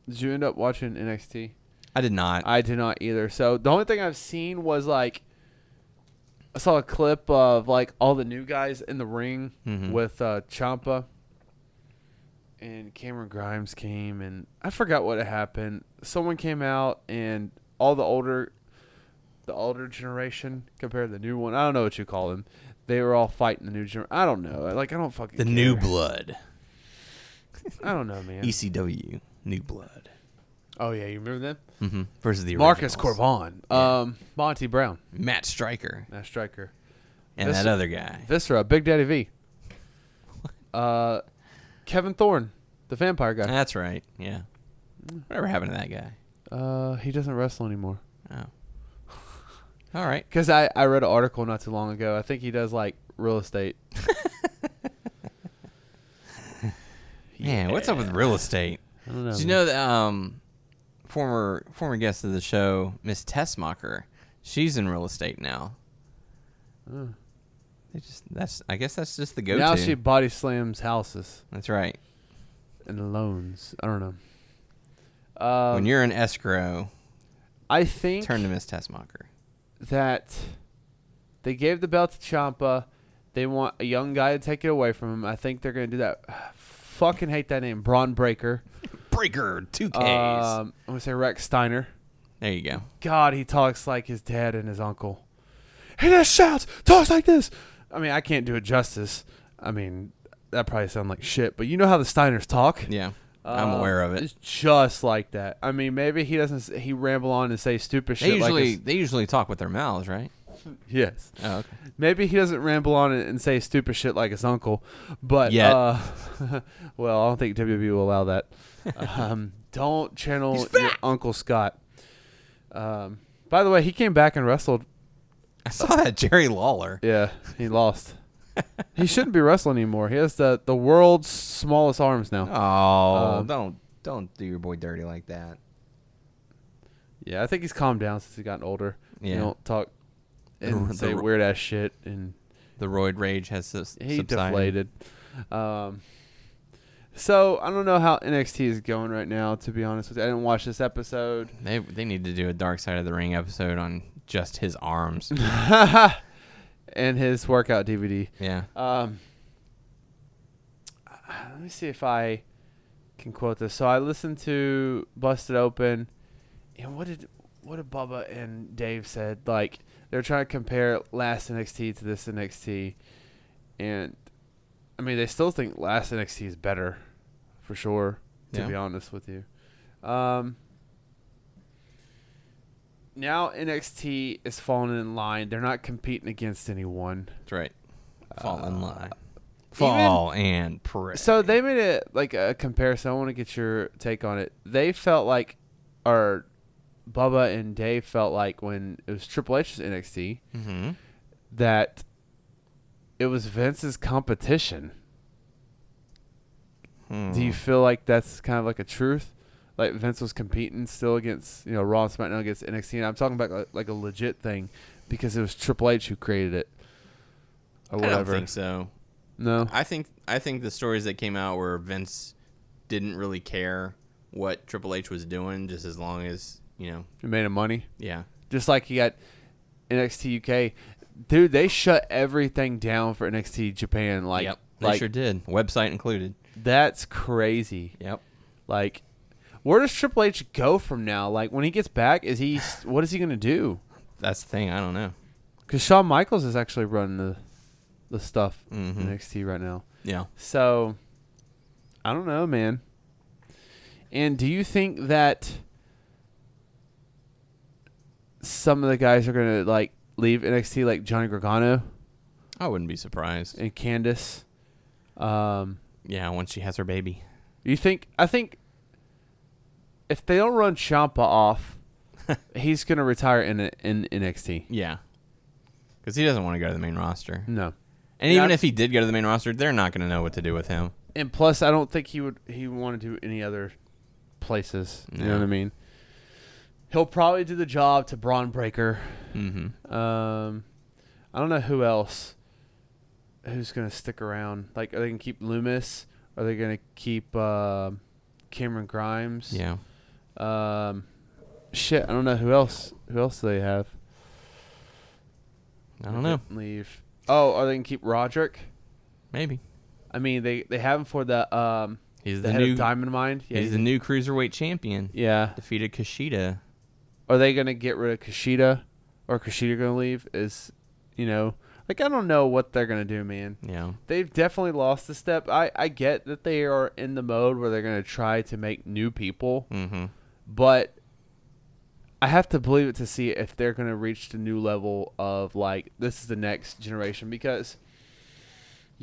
did you end up watching NXT?
I did not.
I did not either. So the only thing I've seen was like I saw a clip of like all the new guys in the ring
Mm-hmm.
with uh Champa and Cameron Grimes came and I forgot what happened. Someone came out and all the older the older generation compared to the new one. I don't know what you call them. They were all fighting the new generation. I don't know. Like I don't fucking
the new E
care.
blood.
I don't know, man.
ECW. New blood.
Oh yeah, you remember them?
Mm-hmm. Versus the
Marcus
originals.
Corban, um, Monty Brown,
Matt Stryker,
that striker.
and
This-
that other guy.
Viscera, Big Daddy V. Uh, Kevin Thorne, the vampire guy.
That's right. Yeah. Whatever happened to that guy?
Uh, he doesn't wrestle anymore.
Oh. All right.
Because I, I read an article not too long ago. I think he does like real estate.
Man, what's up with real estate?
I don't know.
Did you know that um, former former guest of the show, Miss Tessmacher, she's in real estate now. They just that's I guess that's just the go-to.
Mm. now she body slams houses
that's right.
and loans. I don't know. Uh,
when you're an escrow,
I think
turn to Miss Tessmacher.
that they gave the belt to Champa. They want a young guy to take it away from him. I think they're going to do that. Fucking hate that name, Braun Breaker.
Breaker two Ks.
Um, I'm going to say Rex Steiner.
there you go.
God, he talks like his dad and his uncle. He just shouts, talks like this. I mean, I can't do it justice. I mean, that probably sounds like shit, but you know how the Steiners talk.
Yeah, I'm
Uh,
aware of it.
It's just like that. I mean, maybe he doesn't. s- He ramble on and say stupid
They
shit.
usually
like
they usually talk with their mouths, right?
his, yes.
Oh, okay.
Maybe he doesn't ramble on and and say stupid shit like his uncle, but
Yet.
uh, well, I don't think WWE will allow that. Um, don't channel your Uncle Scott. Um, by the way, he came back and wrestled.
I saw that Jerry Lawler.
Yeah, he lost. he shouldn't be wrestling anymore. He has the the world's smallest arms now.
Oh, don't don't do your boy dirty like that.
Yeah, I think he's calmed down since he's gotten older.
Yeah.
You don't talk and
The-
say
the-
weird ass shit, and
The roid rage has sus-
he deflated.
subsided.
Um, so I don't know how NXT is going right now. To be honest with you, I didn't watch this episode.
They they need to do a Dark Side of the Ring episode on just his arms.
and his workout DVD.
yeah.
Um, let me see if I can quote this. So I listened to Busted Open, and what did what did Bubba and Dave said? Like they're trying to compare last NXT to this NXT, and I mean they still think last NXT is better, for sure. To
Yeah.
be honest with you, um, now NXT is falling in line. They're not competing against anyone.
That's right. Fall in line. Fall and pray.
So they made it like a comparison. I want to get your take on it. They felt like, or Bubba and Dave felt like when it was Triple H's NXT
Mhm.
that it was Vince's competition. Do
Hmm.
you feel like that's kind of like a truth? Like Vince was competing still against you know Raw and SmackDown against NXT, and I'm talking about like, like a legit thing because it was Triple H who created it or
I don't
whatever.
think so.
No,
I think I think the stories that came out where Vince didn't really care what Triple H was doing, just as long as you know,
it made him money.
yeah,
just like you got NXT UK. Dude, they shut everything down for NXT Japan. Like,
yep, they
like
sure did, website included.
that's crazy.
Yep.
Like, where does Triple H go from now? Like, when he gets back, is he what is he gonna do?
That's the thing. I don't know.
Because Shawn Michaels is actually running the the stuff in
Mm-hmm.
NXT right now.
Yeah.
So, I don't know, man. And do you think that some of the guys are gonna like leave NXT, like Johnny Gargano?
I wouldn't be surprised.
and Candace. Um,
Yeah, once she has her baby.
you think? I think if they don't run Champa off, he's gonna retire in in NXT.
Yeah. Because he doesn't want to go to the main roster.
No,
And
Yeah,
even
I-
if he did go to the main roster, they're not going to know what to do with him.
and plus, I don't think he would he would want to do any other places. You know
No.
what I mean? He'll probably do the job to Braun Breaker. Mm-hmm. Um, I don't know who else. Who's gonna stick around? Like, are they gonna keep Loomis? Are uh, they gonna keep um Cameron Grimes?
Yeah.
Um, Shit, I don't know who else. Who else do they have?
I don't know.
Leave. Oh, are they gonna keep Roderick?
Maybe
I mean, they they have him for the um.
he's
the,
the,
head
new
of Diamond Mind. Yeah,
he's, the new cruiserweight champion.
yeah.
Defeated Kushida.
Are they gonna get rid of Kushida, or Kushida gonna leave? Is you know, like I don't know what they're gonna do, man.
Yeah.
They've definitely lost a step. I I get that they are in the mode where they're gonna try to make new people,
Mm-hmm.
but I have to believe it to see if they're gonna reach the new level of like this is the next generation because.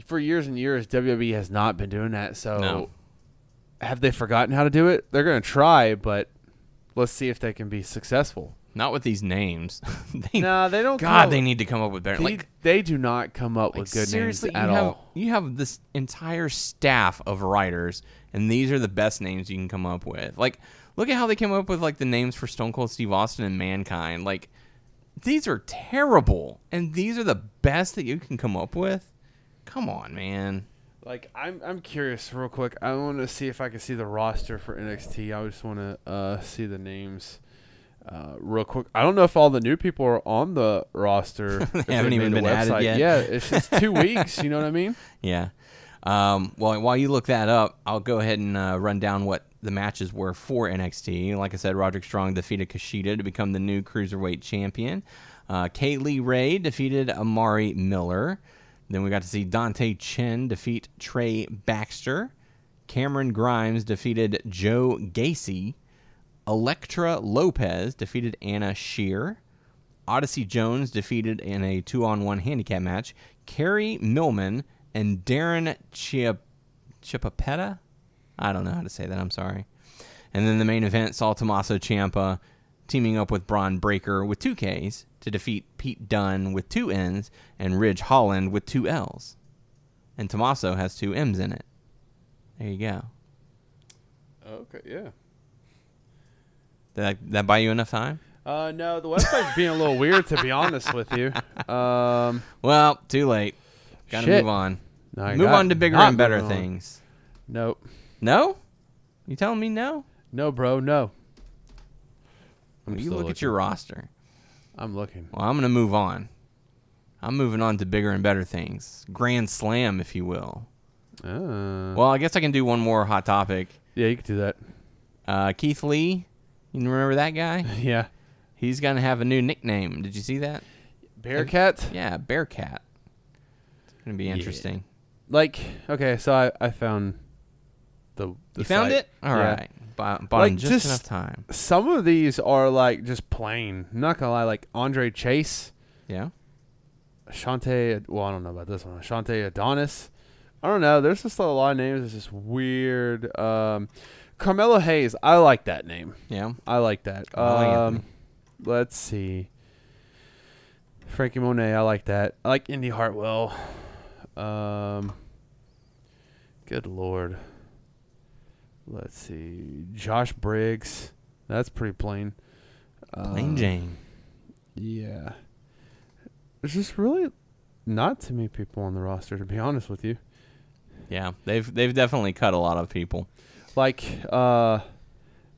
For years and years, WWE has not been doing that. So,
No.
have they forgotten how to do it? They're gonna try, but let's see if they can be successful.
Not with these names. they,
No, they don't.
God,
come
they
up-
need to come up with better.
They,
Like,
they do not come up with good names
seriously,
at
you have,
all.
You have this entire staff of writers, and these are the best names you can come up with. Like, look at how they came up with like the names for Stone Cold Steve Austin and Mankind. Like, these are terrible, and these are the best that you can come up with. Come on, man.
Like I'm, I'm curious, real quick. I want to see if I can see the roster for NXT. I just want to uh, see the names. Uh, real quick, I don't know if all the new people are on the roster. if they
haven't
made
even
the
been added
website.
yet.
Yeah, it's just two weeks. You know what I mean?
Yeah. Um, well, while you look that up, I'll go ahead and uh, run down what the matches were for NXT. Like I said, Roderick Strong defeated Kushida to become the new cruiserweight champion. Uh, Kaylee Ray defeated Amari Miller. Then we got to see Dante Chen defeat Trey Baxter. Cameron Grimes defeated Joe Gacy. Electra Lopez defeated Anna Shear. Odyssey Jones defeated in a two on one handicap match Kerry Millman and Darren Chia- Chiapetta? I don't know how to say that. I'm sorry. And then the main event saw Tommaso Ciampa teaming up with Braun Breaker with two Ks to defeat Pete Dunne with two N's and Ridge Holland with two L's. And Tommaso has two M's in it. There you go. Oh,
Okay, yeah.
Did that, that buy you enough time?
Uh, no, the website's being a little weird, to be honest with you. Um,
Well, too late. Gotta
Shit.
move on.
no, I
move
got-
on to bigger
not
and better
moving on.
things.
Nope.
No? You telling me no?
No, bro, no. I'm
you
still
look at
looking.
your roster.
I'm looking.
Well, I'm going to move on. I'm moving on to bigger and better things. Grand slam, if you will.
Uh,
Well, I guess I can do one more hot topic.
yeah, you could do that.
Uh, Keith Lee, you remember that guy?
Yeah.
He's going to have a new nickname. Did you see that?
Bearcat?
Yeah, Bearcat. It's going to be interesting.
Like, okay, so I, I found the, the
You found
site.
it? All
Yeah.
right. Bo- bought in
Like,
just,
just-
enough time.
Some of these are like just plain. I'm not gonna lie, like Andre Chase,
Yeah.
Shantae. Well, I don't know about this one. Shantae Adonis. I don't know. There's just a lot of names. It's just weird. Um, Carmelo Hayes. I like that name.
Yeah.
I like that.
I like
Um,
Anthony.
let's see. Frankie Monet, I like that. I like Indy Hartwell. Um, good lord. Let's see. Josh Briggs. That's pretty plain.
Plain
Um,
Jane.
Yeah. There's just really not too many people on the roster, to be honest with you.
Yeah. They've they've definitely cut a lot of people.
Like uh,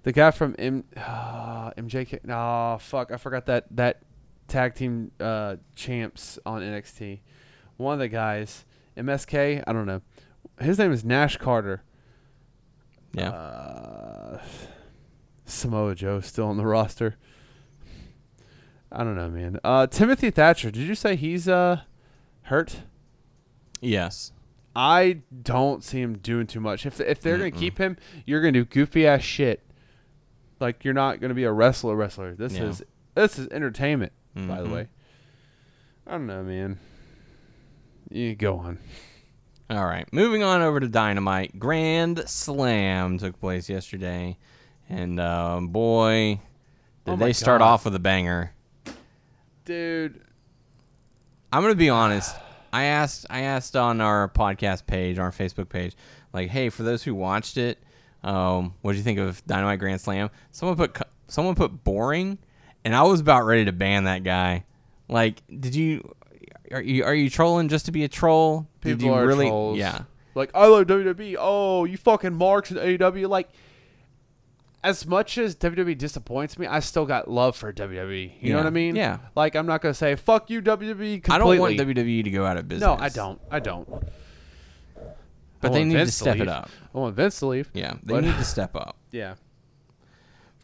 the guy from M uh, MJK. Nah, fuck, I forgot that that tag team uh, champs on NXT. One of the guys, MSK. I don't know. His name is Nash Carter.
Yeah.
Uh, Samoa Joe still on the roster. I don't know, man. Uh, Timothy Thatcher. Did you say he's uh hurt?
yes.
I don't see him doing too much. If if they're gonna keep him, you're gonna do goofy ass shit. Like you're not gonna be a wrestler wrestler. This
Yeah.
is this is entertainment, by the
Mhm.
way. I don't know, man. You go on.
All right, moving on over to Dynamite. Grand Slam took place yesterday, and um, boy, did
Oh my
they start
God.
off with a banger.
Dude,
I'm gonna be honest. I asked, I asked on our podcast page, on our Facebook page, like, hey, for those who watched it, um, what did you think of Dynamite Grand Slam? Someone put, co- someone put boring, and I was about ready to ban that guy. Like, did you? Are you are you trolling just to be a troll? did
people
you
are
really?
trolls. E.
Yeah.
Like I love WWE. Oh, you fucking marks and AEW. Like E as much as WWE disappoints me, I still got love for WWE. You know
Yeah.
what I mean?
Yeah.
Like I'm not gonna say fuck you WWE completely.
I don't want WWE to go out of business.
No, I don't. I don't. I
But they
want
need
Vince
to step
leave.
it up.
I want Vince to leave.
Yeah, they
But-
need to step up.
yeah.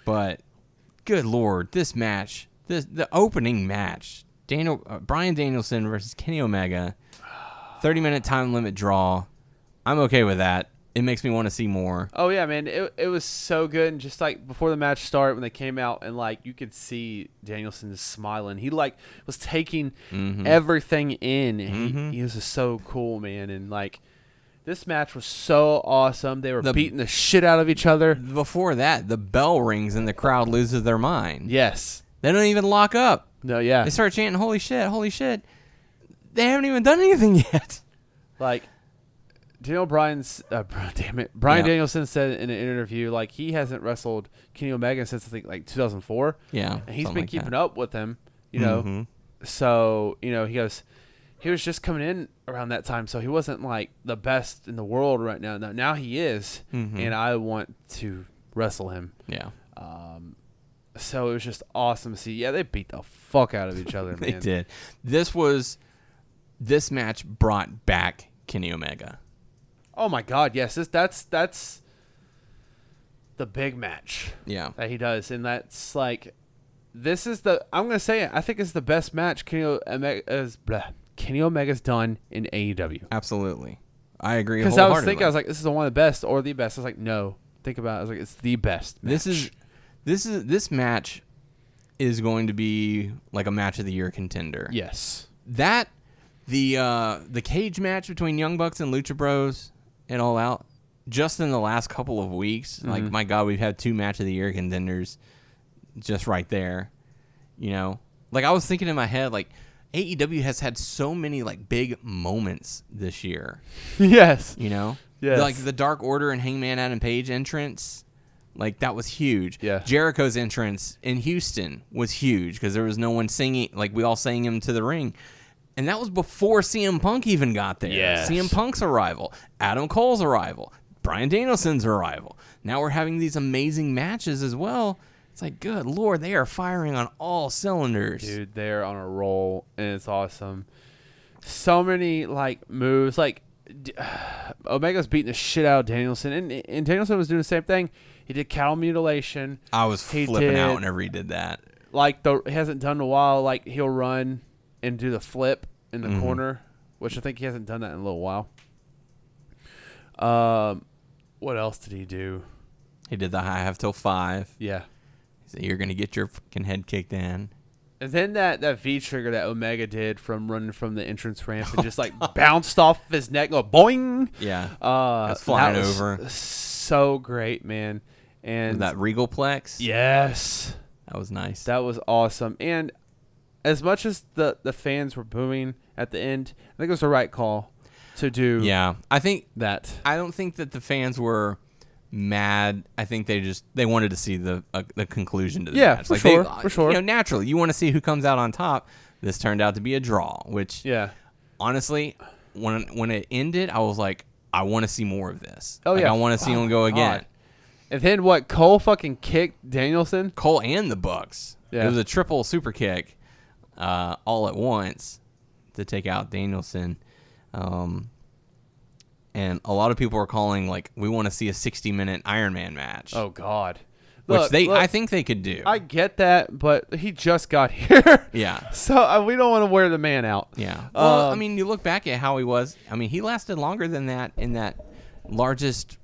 But good lord, this match, this the opening match, Daniel uh, Brian Danielson versus Kenny Omega, thirty minute time limit draw. I'm okay with that. It makes me want to see more.
Oh yeah, man. It, it was so good and just like before the match started when they came out and like you could see Danielson just smiling. He like was taking
Mm-hmm.
everything in. and He, he was just so cool, man. And like this match was so awesome. They were
The-
beating the shit out of each other.
Before that, the bell rings and the crowd loses their mind.
Yes.
They don't even lock up.
No, yeah.
They start chanting "Holy shit! Holy shit!" They haven't even done anything yet.
like Daniel Bryan's uh, bro- damn it Brian
Yeah.
Danielson said in an interview like he hasn't wrestled Kenny Omega since I think like 2004
Yeah,
and he's
something
been
like
keeping
that. Mm-hmm.
up with him you know so you know he goes he was just coming in around that time so he wasn't like the best in the world right now now, now he is
Mm-hmm.
and I want to wrestle him
Yeah,
so it was just awesome to see yeah they beat the fuck out of each other
they
man.
did. This was this match brought back Kenny Omega.
oh my god yes this, that's that's the big match
Yeah,
that he does, and that's like, this is the I'm gonna say it. I think it's the best match Kenny uh, Omega's bleh, Kenny Omega's done in AEW.
absolutely. I agree.
Because I was
wholeheartedly.
thinking, I was like, this is the one of the best or the best. I was like, no, think about. it. I was like, it's the best.
this is
match.
this is this match is going to be like a match of the year contender.
yes,
that the uh, the cage match between Young Bucks and Lucha Bros and All Out just in the last couple of weeks. Like my God, we've had two match of the year contenders just right there. You know, like I was thinking in my head, like AEW has had so many like big moments this year.
yes,
You know,
Yes.
like the Dark Order and Hangman Adam Page entrance. Like that was huge.
Yeah.
Jericho's entrance in Houston was huge because there was no one singing. Like we all sang him to the ring, and that was before CM Punk even got there.
Yes.
CM Punk's arrival, Adam Cole's arrival, Brian Danielson's arrival. Now we're having these amazing matches as well. It's like, good lord, they are firing on all cylinders.
dude, they're on a roll, and it's awesome. So many like moves, like. d- Omega's beating the shit out of Danielson, and, and Danielson was doing the same thing. He did cow mutilation.
I was
He
flipping out
did-
whenever he did that.
like the he hasn't done in a while. Like he'll run and do the flip in
Mm-hmm.
the corner, which I think he hasn't done that in a little while. Um, what else did he do?
He did the high half till five.
Yeah,
So you're gonna get your fucking head kicked in.
and then that that V trigger that Omega did from running from the entrance ramp and just like bounced off his neck, go boing.
Oh, Yeah.
Uh,
It's flying
that was
over.
So great, man. And
that regalplex.
yes,
That was nice.
That was awesome. And as much as the, the fans were booing at the end, I think it was the right call to do
yeah. I think
that.
I don't think that the fans were mad. I think they just they wanted to see the uh, the conclusion to the
Yeah,
match.
for
they-
sure, for sure.
You know, naturally, you want to see who comes out on top. This turned out to be a draw, which
Yeah.
honestly, when when it ended, I was like, I want to see more of this.
Oh,
Like,
yeah.
I want to see
Oh,
him go
my
again.
God. And then what? Cole fucking kicked Danielson?
Cole and the Bucks.
Yeah.
It was a triple super kick uh, all at once to take out Danielson. Um, and a lot of people are calling like we want to see a 60 minute Iron Man match,
Oh, God.
which
Look,
they
look,
I think they could do.
I get that, but he just got here.
Yeah.
So uh, we don't want to wear the man out.
yeah. Well, I
Um,
mean, you look back at how he was. I mean, he lasted longer than that in that largest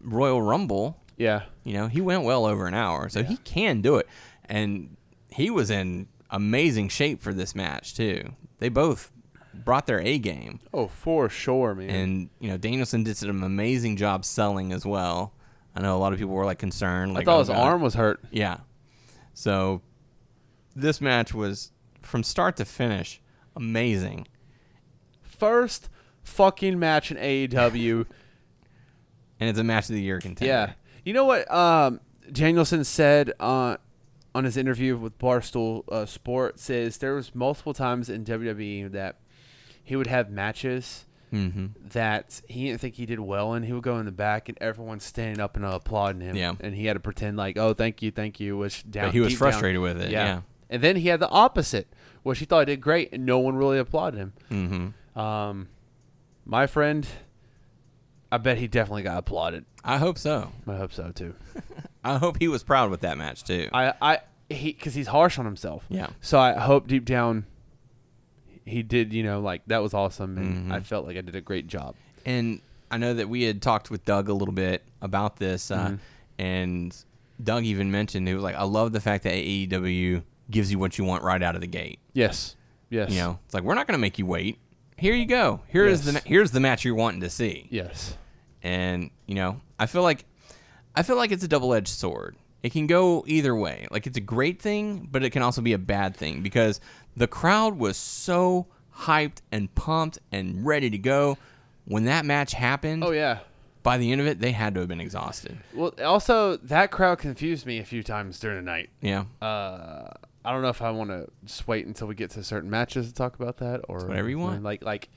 Royal Rumble.
Yeah.
You know, he went well over an hour, so he can do it. And he was in amazing shape for this match too. They both brought their A game,
Oh, for sure, man.
and you know Danielson did an amazing job selling as well. I know a lot of people were like concerned,
I
like
thought
oh,
his
God.
arm was hurt.
Yeah. So this match was from start to finish amazing.
First fucking match in E AEW.
And it's a match of the year contender.
Yeah. You know what um, Danielson said uh, on his interview with Barstool uh, E Sports is there was multiple times in WWE that he would have matches
Mm-hmm.
that he didn't think he did well and he would go in the back and everyone's standing up and applauding him.
Yeah.
And he had to pretend like, oh, thank you, thank you, which down.
But he was
deep down-
frustrated with it, yeah.
And then he had the opposite, which he thought he did great and no one really applauded him. Mm-hmm. Um, my friend, I bet he definitely got applauded.
I hope so.
I hope so too.
I hope he was proud with that match too.
I, I, he, because he's harsh on himself.
Yeah.
So I hope deep down, he did. You know, like that was awesome, and
Mm-hmm.
I felt like I did a great job.
and I know that we had talked with Doug a little bit about this,
Mm-hmm.
uh, and Doug even mentioned it was like, I love the fact that AEW gives you what you want right out of the gate.
Yes. Yes.
You know, it's like we're not going to make you wait. Here you go. Here is
Yes.
the here's the match you're wanting to see.
Yes.
and you know i feel like i feel like it's a double-edged sword it can go either way like it's a great thing but it can also be a bad thing because the crowd was so hyped and pumped and ready to go when that match happened
Oh yeah.
by the end of it they had to have been exhausted
Well, also that crowd confused me a few times during the night.
yeah
Uh, I don't know if I want to just wait until we get to certain matches to talk about that, or
whatever you want.
Like, like,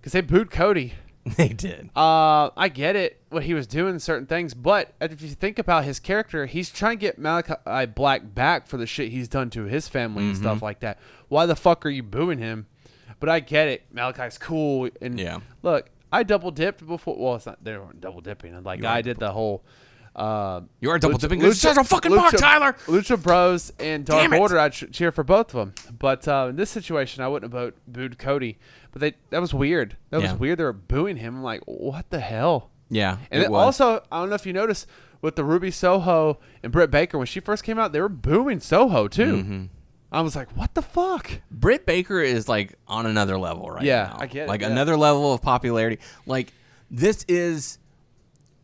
because they booed Cody.
they did
Uh, I get it what he was doing certain things, but if you think about his character, he's trying to get Malachi Black back for the shit he's done to his family and stuff like that. Why the fuck are you booing him? But I get it. Malachi's cool, and
Yeah.
look, I double dipped before. Well, it's not they weren't double dipping. Like I did the whole. Uh,
You are double dipping. This is a fucking mark, Tyler!
Lucha Bros and Dark
Damn it.
Order. I would cheer for both of them, but uh, in this situation, I wouldn't have booed, booed Cody. But they that was weird. That
Yeah.
was weird. They were booing him. I'm like, what the hell?
yeah
And
it
then
was.
also, I don't know if you noticed with the Ruby Soho and Britt Baker when she first came out, they were booing Soho too.
Mm-hmm.
I was like, what the fuck?
Britt Baker is like on another level right
Yeah,
now.
I get it,
Like
yeah.
another level of popularity. Like this is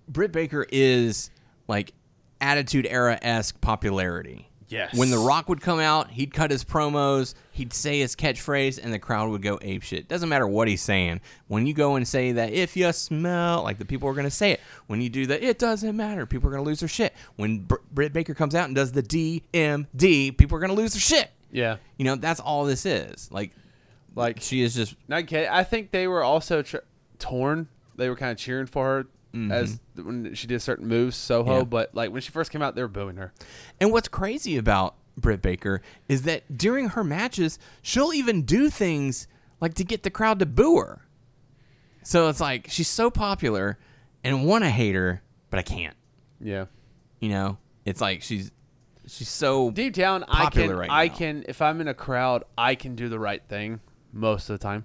Britt Baker is like attitude era esque popularity.
Yes.
When The Rock would come out, he'd cut his promos, he'd say his catchphrase, and the crowd would go apeshit. Doesn't matter what he's saying. When you go and say that, if you smell, like the people are going to say it. When you do that, it doesn't matter. People are going to lose their shit. When Br- Britt Baker comes out and does the DMD, people are going to lose their shit.
Yeah.
You know, that's all this is. Like, like she is just
And I get. I think they were also tr- torn. They were kind of cheering for her as when she did certain moves, Soho.
Mm-hmm. Yeah.
But like when she first came out, they were booing her.
And what's crazy about Britt Baker is that during her matches, she'll even do things like to get the crowd to boo her. So it's like she's so popular and want to hate her, but I can't.
Yeah.
You know, it's like she's she's so
Deep down, I
Popular
can.
right
I
now.
can. If I'm in a crowd, I can do the right thing most of the time.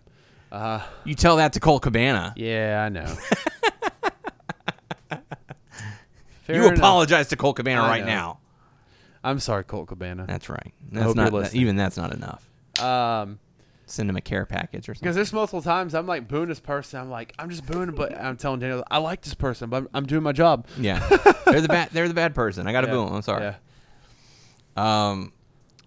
you tell that to Cole Cabana.
Yeah, I know. Fair
you
enough.
apologize to Cole Cabana
I
right
know.
now.
I'm sorry, Colt Cabana.
That's right. That's
hope you're
not that,
listening.
even that's not enough.
Um,
Send him a care package or something.
because there's multiple times I'm like booing this person. I'm like, I'm just booing, but I'm telling Daniel, I like this person, but I'm, I'm doing my job.
Yeah, they're the bad. They're the bad person. I got to boo 'em. I'm sorry.
Yeah.
Um,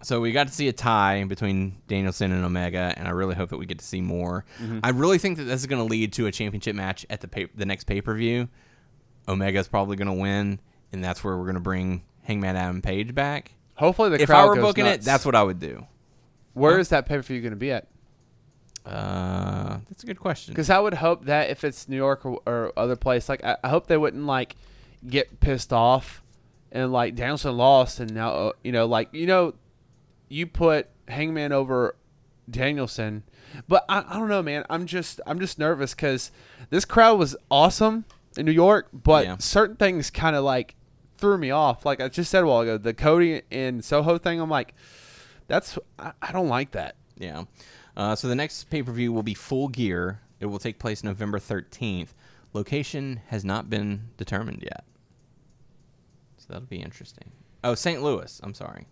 so we got to see a tie between Danielson and Omega, and I really hope that we get to see more.
Mm-hmm.
I really think that this is going to lead to a championship match at the pay- the next pay per view. Omega's probably going to win, and that's where we're going to bring Hangman Adam Page back.
Hopefully the
if
crowd
I were
goes
booking
nuts.
it, that's what I would do.
Where is that pay per view going to be at?
Uh, that's a good question.
Because I would hope that if it's New York or, or other place, like I, I hope they wouldn't like get pissed off and like Danielson lost, and now uh, you know, like you know, you put Hangman over Danielson, but I, I don't know, man. I'm just I'm just nervous because this crowd was awesome in New York, but
Yeah.
certain things kind of like threw me off. Like I just said a while ago, the Cody and Soho thing. I'm like, that's I, I don't like that.
Yeah. Uh, so the next pay per view will be Full Gear. It will take place November 13th. Location has not been determined yet. So that'll be interesting. Oh, St. Louis. I'm sorry.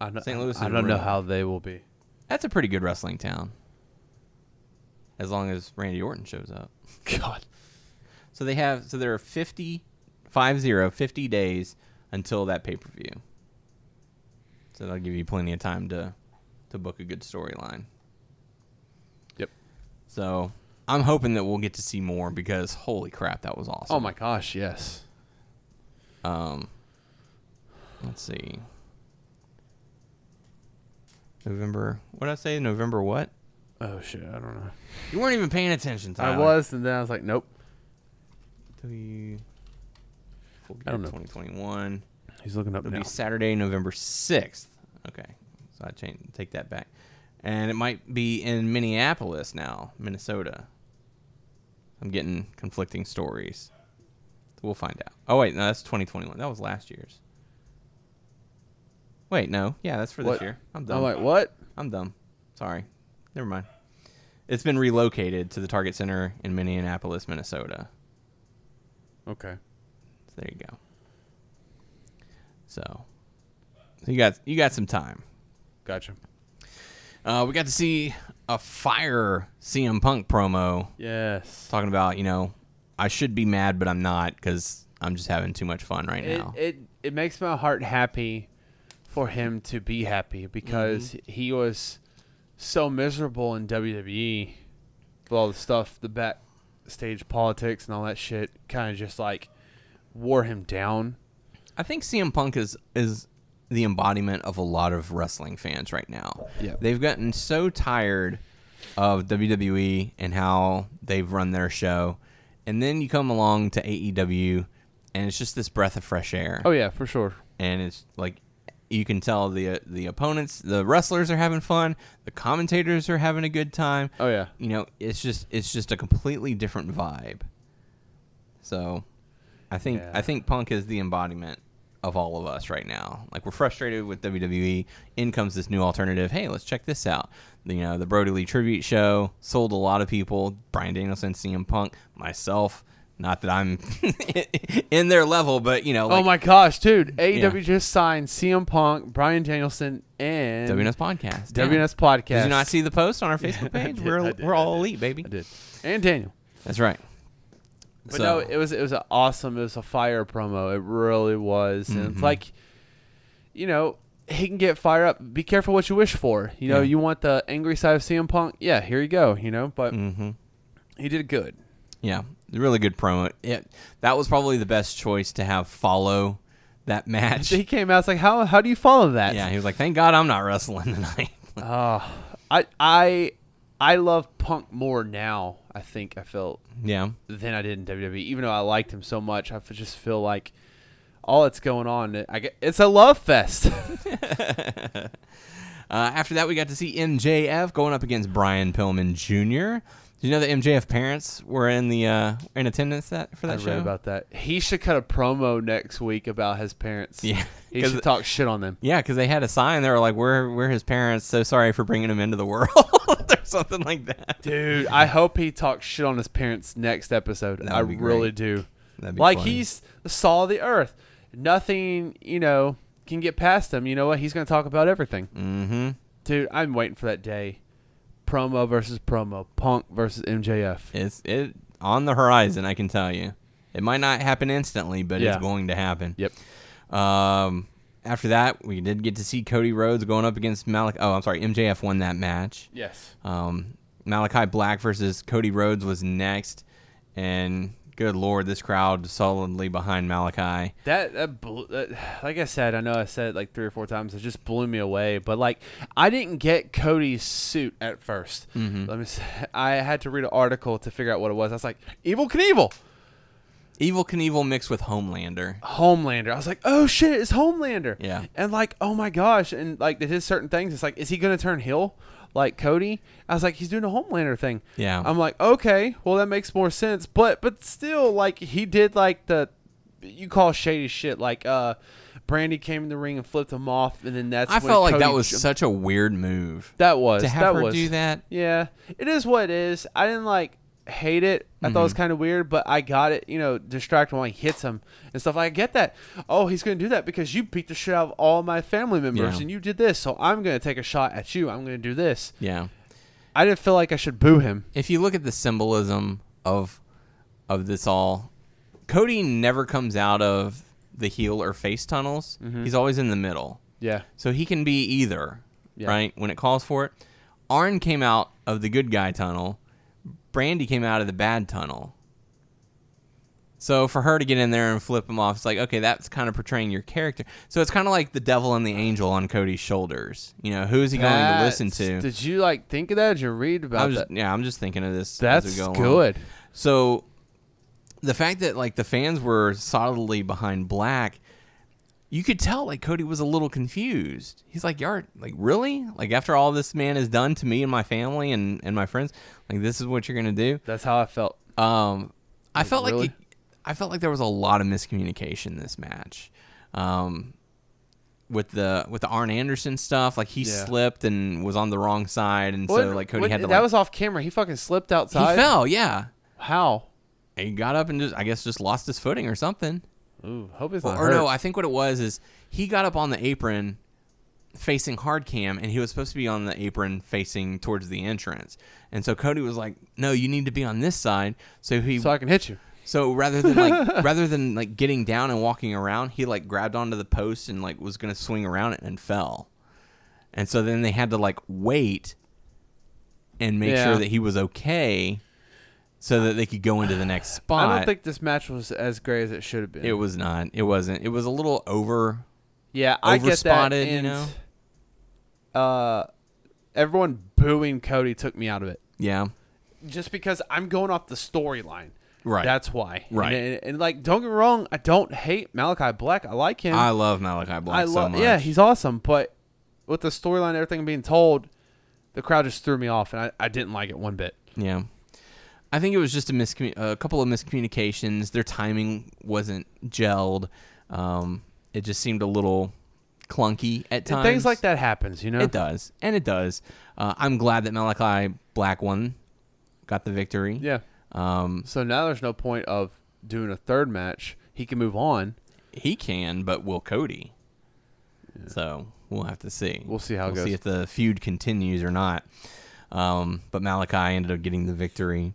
I don't,
St. Louis
I
is
don't know
real.
how they will be.
That's a pretty good wrestling town. As long as Randy Orton shows up.
God.
So they have, so there are 50, 50, 50 days until that pay per view. So that'll give you plenty of time to, to book a good storyline.
Yep.
So I'm hoping that we'll get to see more because holy crap, that was awesome.
Oh my gosh, yes.
Let's see. November. What did I say? November what?
Oh shit, I don't know.
You weren't even paying attention, Tyler.
I was, and then I was like, nope.
W- full
I
year
don't know.
2021.
He's looking up
It'll
now.
be Saturday, November 6th. Okay. So I change, take that back. And it might be in Minneapolis now, Minnesota. I'm getting conflicting stories. We'll find out. Oh, wait. No, that's 2021. That was last year's. Wait, no. Yeah, that's for this
What? Oh,
year. I'm dumb.
I'm like, what?
I'm dumb. Sorry. Never mind. It's been relocated to the Target Center in Minneapolis, Minnesota.
Okay.
So there you go. So, so you got you got some time.
Gotcha.
Uh, we got to see a fire CM Punk promo
Yes.
talking about you know I should be mad but I'm not because I'm just having too much fun right
It,
now.
it it makes my heart happy for him to be happy because
Mm-hmm.
he was so miserable in WWE with all the stuff, the backstage politics and all that shit kind of just like wore him down.
I think CM Punk is is the embodiment of a lot of wrestling fans right now.
Yeah.
They've gotten so tired of WWE and how they've run their show. And then you come along to AEW and it's just this breath of fresh air.
Oh yeah, for sure.
And it's like you can tell the uh, the opponents, the wrestlers are having fun, the commentators are having a good time.
Oh yeah.
You know, it's just it's just a completely different vibe. So, I think
Yeah.
I think Punk is the embodiment of all of us right now. Like we're frustrated with WWE. In comes this new alternative. Hey, let's check this out. You know, the Brody Lee tribute show sold a lot of people. Brian Danielson, CM Punk, myself. Not that I'm in their level, but you know,
oh
like
my gosh, dude! AEW
Yeah.
just signed CM Punk, Brian Danielson, and
WNS podcast. Yeah.
WNS podcast.
Did you not see the post on our Facebook
I
page?
did,
we're
I did,
we're
I
all
did,
elite, baby.
I did. And Daniel.
That's right.
But
So-
no, it was it was an awesome. It was a fire promo. It really was, and
Mm-hmm.
it's like, you know, he can get fired up. Be careful what you wish for. You know,
Yeah.
you want the angry side of CM Punk. Yeah, here you go. You know, but
Mhm.
he did good.
Yeah, really good promo. Yeah, that was probably the best choice to have follow that match.
He came out. It's like, how how do you follow that?
Yeah, he was like, "Thank God I'm not wrestling tonight."
Uh, I I I love Punk more now. I think I felt
yeah,
than I did in WWE. Even though I liked him so much, I f- just feel like all that's going on. I get, it's a love fest.
Uh, after that, we got to see MJF going up against Brian Pillman Jr. Did you know that MJF parents were in the uh, in attendance that for
I
that
read
show?
about that. He should cut a promo next week about his parents.
Yeah,
he
'cause-
should talk shit on them.
yeah, because they had a sign. They were like, "We're we're his parents. So sorry for bringing him into the world," or something like that.
Dude, I hope he talks shit on his parents next episode.
That would
I
be
really
great.
do.
That'd be
Like
funny.
he's the saw of the earth. Nothing, you know, can get past him. You know what? He's going to talk about everything.
Mm-hmm.
Dude, I'm waiting for that day. Promo versus promo. Punk versus MJF.
It's it on the horizon. I can tell you, it might not happen instantly, but
Yeah.
it's going to happen.
Yep.
Um, after that, we did get to see Cody Rhodes going up against Malik. Oh, I'm sorry, MJF won that match.
Yes.
Um, Malachi Black versus Cody Rhodes was next, and good lord, this crowd solidly behind Malachi.
That that, blew, that like I said, I know I said it like three or four times. It just blew me away. But like, I didn't get Cody's suit at 1st Let me. Say, I had to read an article to figure out what it was. I was like, Evil Knievel,
Evil Knievel mixed with Homelander.
Homelander. I was like, oh shit, it's Homelander.
Yeah.
And like, oh my gosh, and like they did certain things. It's like, is he gonna turn heel? Like Cody, I was like, he's doing a Homelander thing.
Yeah.
I'm like, okay, well that makes more sense. But but still, like he did like the you call shady shit. Like uh, Brandy came in the ring and flipped him off, and then that's
I
when
felt like that
Cody
was
ju-
such a weird move.
that was
to have
that
her
was.
do that.
Yeah, it is what it is. I didn't like hate it. I thought it was
Mm-hmm.
kind of weird, but I got it. You know, distracted when he hits him and stuff. I get that. Oh, he's gonna do that because you beat the shit out of all my family members
Yeah.
and you did this, so I'm gonna take a shot at you. I'm gonna do this.
Yeah.
I didn't feel like I should boo him.
if you look at the symbolism of of this all, Cody never comes out of the heel or face tunnels.
Mm-hmm.
He's always in the middle.
Yeah.
So he can be either,
Yeah.
right? When it calls for it. Arn came out of the good guy tunnel. Brandy came out of the bad tunnel. So for her to get in there and flip him off, it's like, okay, that's kind of portraying your character. So it's kind of like the devil and the angel on Cody's shoulders. You know, who is he going to listen
That's-
to?
Did you like think of that? Did you read about
I'm just,
that?
yeah, I'm just thinking of this.
That's
as we go along.
good.
So the fact that like the fans were solidly behind Black, you could tell like Cody was a little confused. He's like, "Yard, like really? Like after all this man has done to me and my family and and my friends, like this is what you're gonna do?"
That's how I felt.
Um, I felt like
really?
it- I felt like there was a lot of miscommunication in this match. Um, with the with the Arn Anderson stuff, like he
Yeah.
slipped and was on the wrong side, and so
When-
like Cody
when-
had to
that
like,
was off camera. He fucking slipped
he
outside.
fell, yeah.
How?
And he got up and just I guess just lost his footing or something.
Ooh, hope it's
Or,
not
or
hurt.
no, I think what it was is he got up on the apron facing hard cam and he was supposed to be on the apron facing towards the entrance. And so Cody was like, "No, you need to be on this side." So he
so I can hit you.
so rather than like rather than like getting down and walking around, he like grabbed onto the post and like was gonna swing around it and fell. And so then they had to like wait and make
Yeah.
sure that he was okay so that they could go into the next spot.
I don't think this match was as great as it should have been.
it was not. It wasn't. It was a little over
yeah, I get that.
overspotted, you
and,
know?
uh, everyone booing Cody took me out of it.
yeah.
just because I'm going off the storyline.
Right.
That's why. And-
Right.
And, and, like, don't get me wrong, I don't hate Malachi Black. I like him.
I love Malachi Black
I
so
love.
much.
yeah, he's awesome. But with the storyline, and everything being told, the crowd just threw me off, and I, I didn't like it one bit.
Yeah. I think it was just a miscommu- a couple of miscommunications. Their timing wasn't gelled. Um, it just seemed a little clunky at
And
times.
things like that happens, you know.
It does, and it does. Uh, I'm glad that Malachi Black won, got the victory.
Yeah.
Um,
So now there's no point of doing a third match. He can move on.
he can, but will Cody? So we'll have to see.
We'll see how it
we'll See
goes.
if the feud continues or not. Um, but Malachi ended up getting the victory.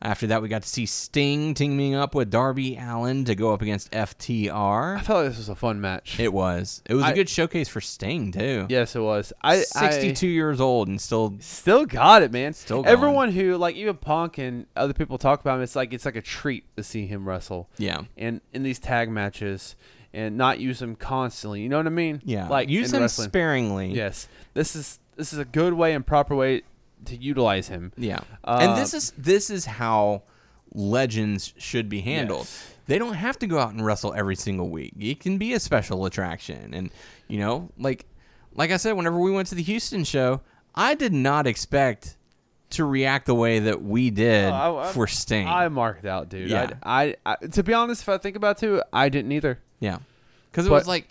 After that, we got to see Sting teaming up with Darby Allen to go up against
I
FTR.
felt like this was a fun match.
It was. It was a
I-
good showcase for Sting too.
yes, it was. I I-
sixty-two years old and still.
Still got it, man.
Still going.
everyone who like even Punk and other people talk about him. It's like it's like a treat to see him wrestle.
Yeah.
and in these tag matches, and not use him constantly. You know what I mean?
Yeah,
like
use
in
him
wrestling.
sparingly.
Yes, this is this is a good way and proper way to utilize him.
Yeah.
Uh,
and this is this is how legends should be handled.
Yes.
They don't have to go out and wrestle every single week. It can be a special attraction and you know, like like I said whenever we went to the Houston show, I did not expect to react the way that we did
Oh, I- I-
for Sting.
I marked out, dude.
Yeah.
I, I, I to be honest, if I think about it too, I didn't either.
Yeah, because it
But-
was like,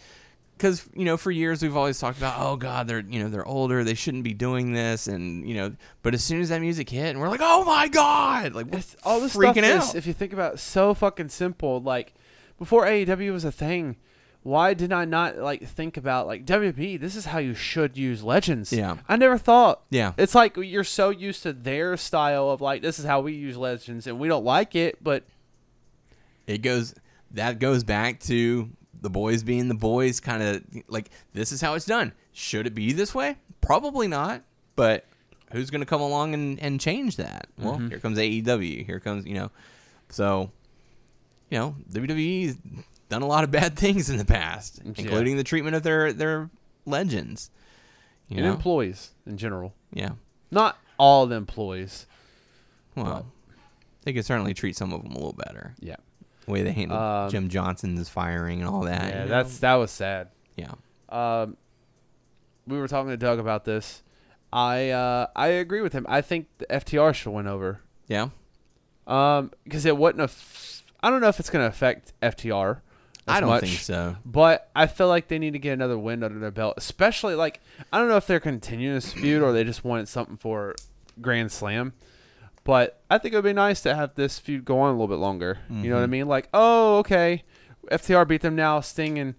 because you know, for years we've always talked about, oh God, they're you know they're older, they shouldn't be doing this, and you know, but as soon as that music hit, and we're like, oh my God, like we're
It's all this
freaking
stuff
out.
Is, if you think about it, so fucking simple. Like before AEW was a thing, why did I not like think about like WB? This is how you should use legends.
Yeah.
I never thought.
Yeah.
it's like you're so used to their style of like this is how we use legends, and we don't like it, but
it goes that goes back to the boys being the boys, kind of like this is how it's done. Should it be this way? Probably not, but who's gonna come along and and change that? Well,
Mm-hmm.
here comes AEW. Here comes you know, so you know WWE's done a lot of bad things in the past, including the treatment of their their legends. You
and
know,
employees in general,
yeah.
not all the employees.
Well, they could certainly treat some of them a little better.
Yeah,
The way they handled
Um,
Jim Johnson's firing and all that.
yeah,
you know?
that's that was sad.
yeah.
We were talking to Doug about this. I uh, I agree with him. I think the FTR should win over.
Yeah.
Um, because it wouldn't. Aff- I don't know if it's going to affect FTR.
I
as
don't
much,
think so.
But I feel like they need to get another win under their belt, especially like I don't know if they're continuing this feud or they just wanted something for Grand Slam. But I think it would be nice to have this feud go on a little bit longer. You know
Mm-hmm.
what I mean? Like, oh, okay, FTR beat them now, Sting and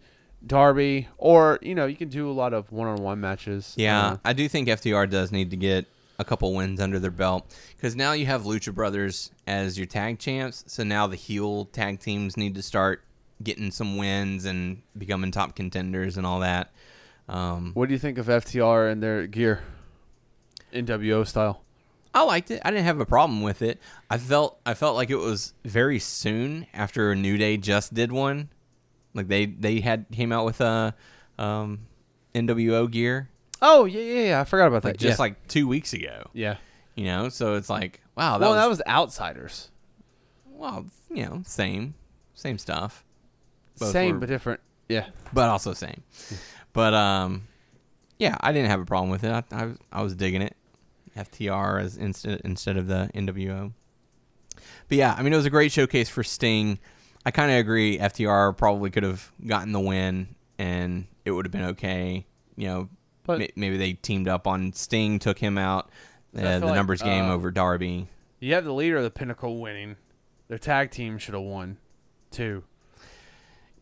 Darby, or you know, you can do a lot of one-on-one matches.
Yeah,
Uh,
I do think FTR does need to get a couple wins under their belt because now you have Lucha Brothers as your tag champs. So now the heel tag teams need to start getting some wins and becoming top contenders and all that. Um,
what do you think of FTR and their gear, NWO style?
I liked it. I didn't have a problem with it. I felt I felt like it was very soon after New Day just did one. Like they they had came out with a um, NWO gear
Oh yeah, yeah, yeah. I forgot about that.
like just
yeah.
like two weeks ago.
yeah.
You know, so it's like wow, oh, that
well,
was
that was Outsiders.
well, you know, same same stuff. Both
Same
were-
but different. Yeah.
but also same. But um, yeah, I didn't have a problem with it. I, I, was- I was digging it. FTR as instead instead of the NWO. But yeah, I mean it was a great showcase for Sting. I kind of agree. FTR probably could have gotten the win, and it would have been okay. You know,
But-
ma- maybe they teamed up on Sting, took him out. Uh,
feel
the
like,
numbers game
uh,
over Darby.
You have the leader of the Pinnacle winning. Their tag team should have won, too.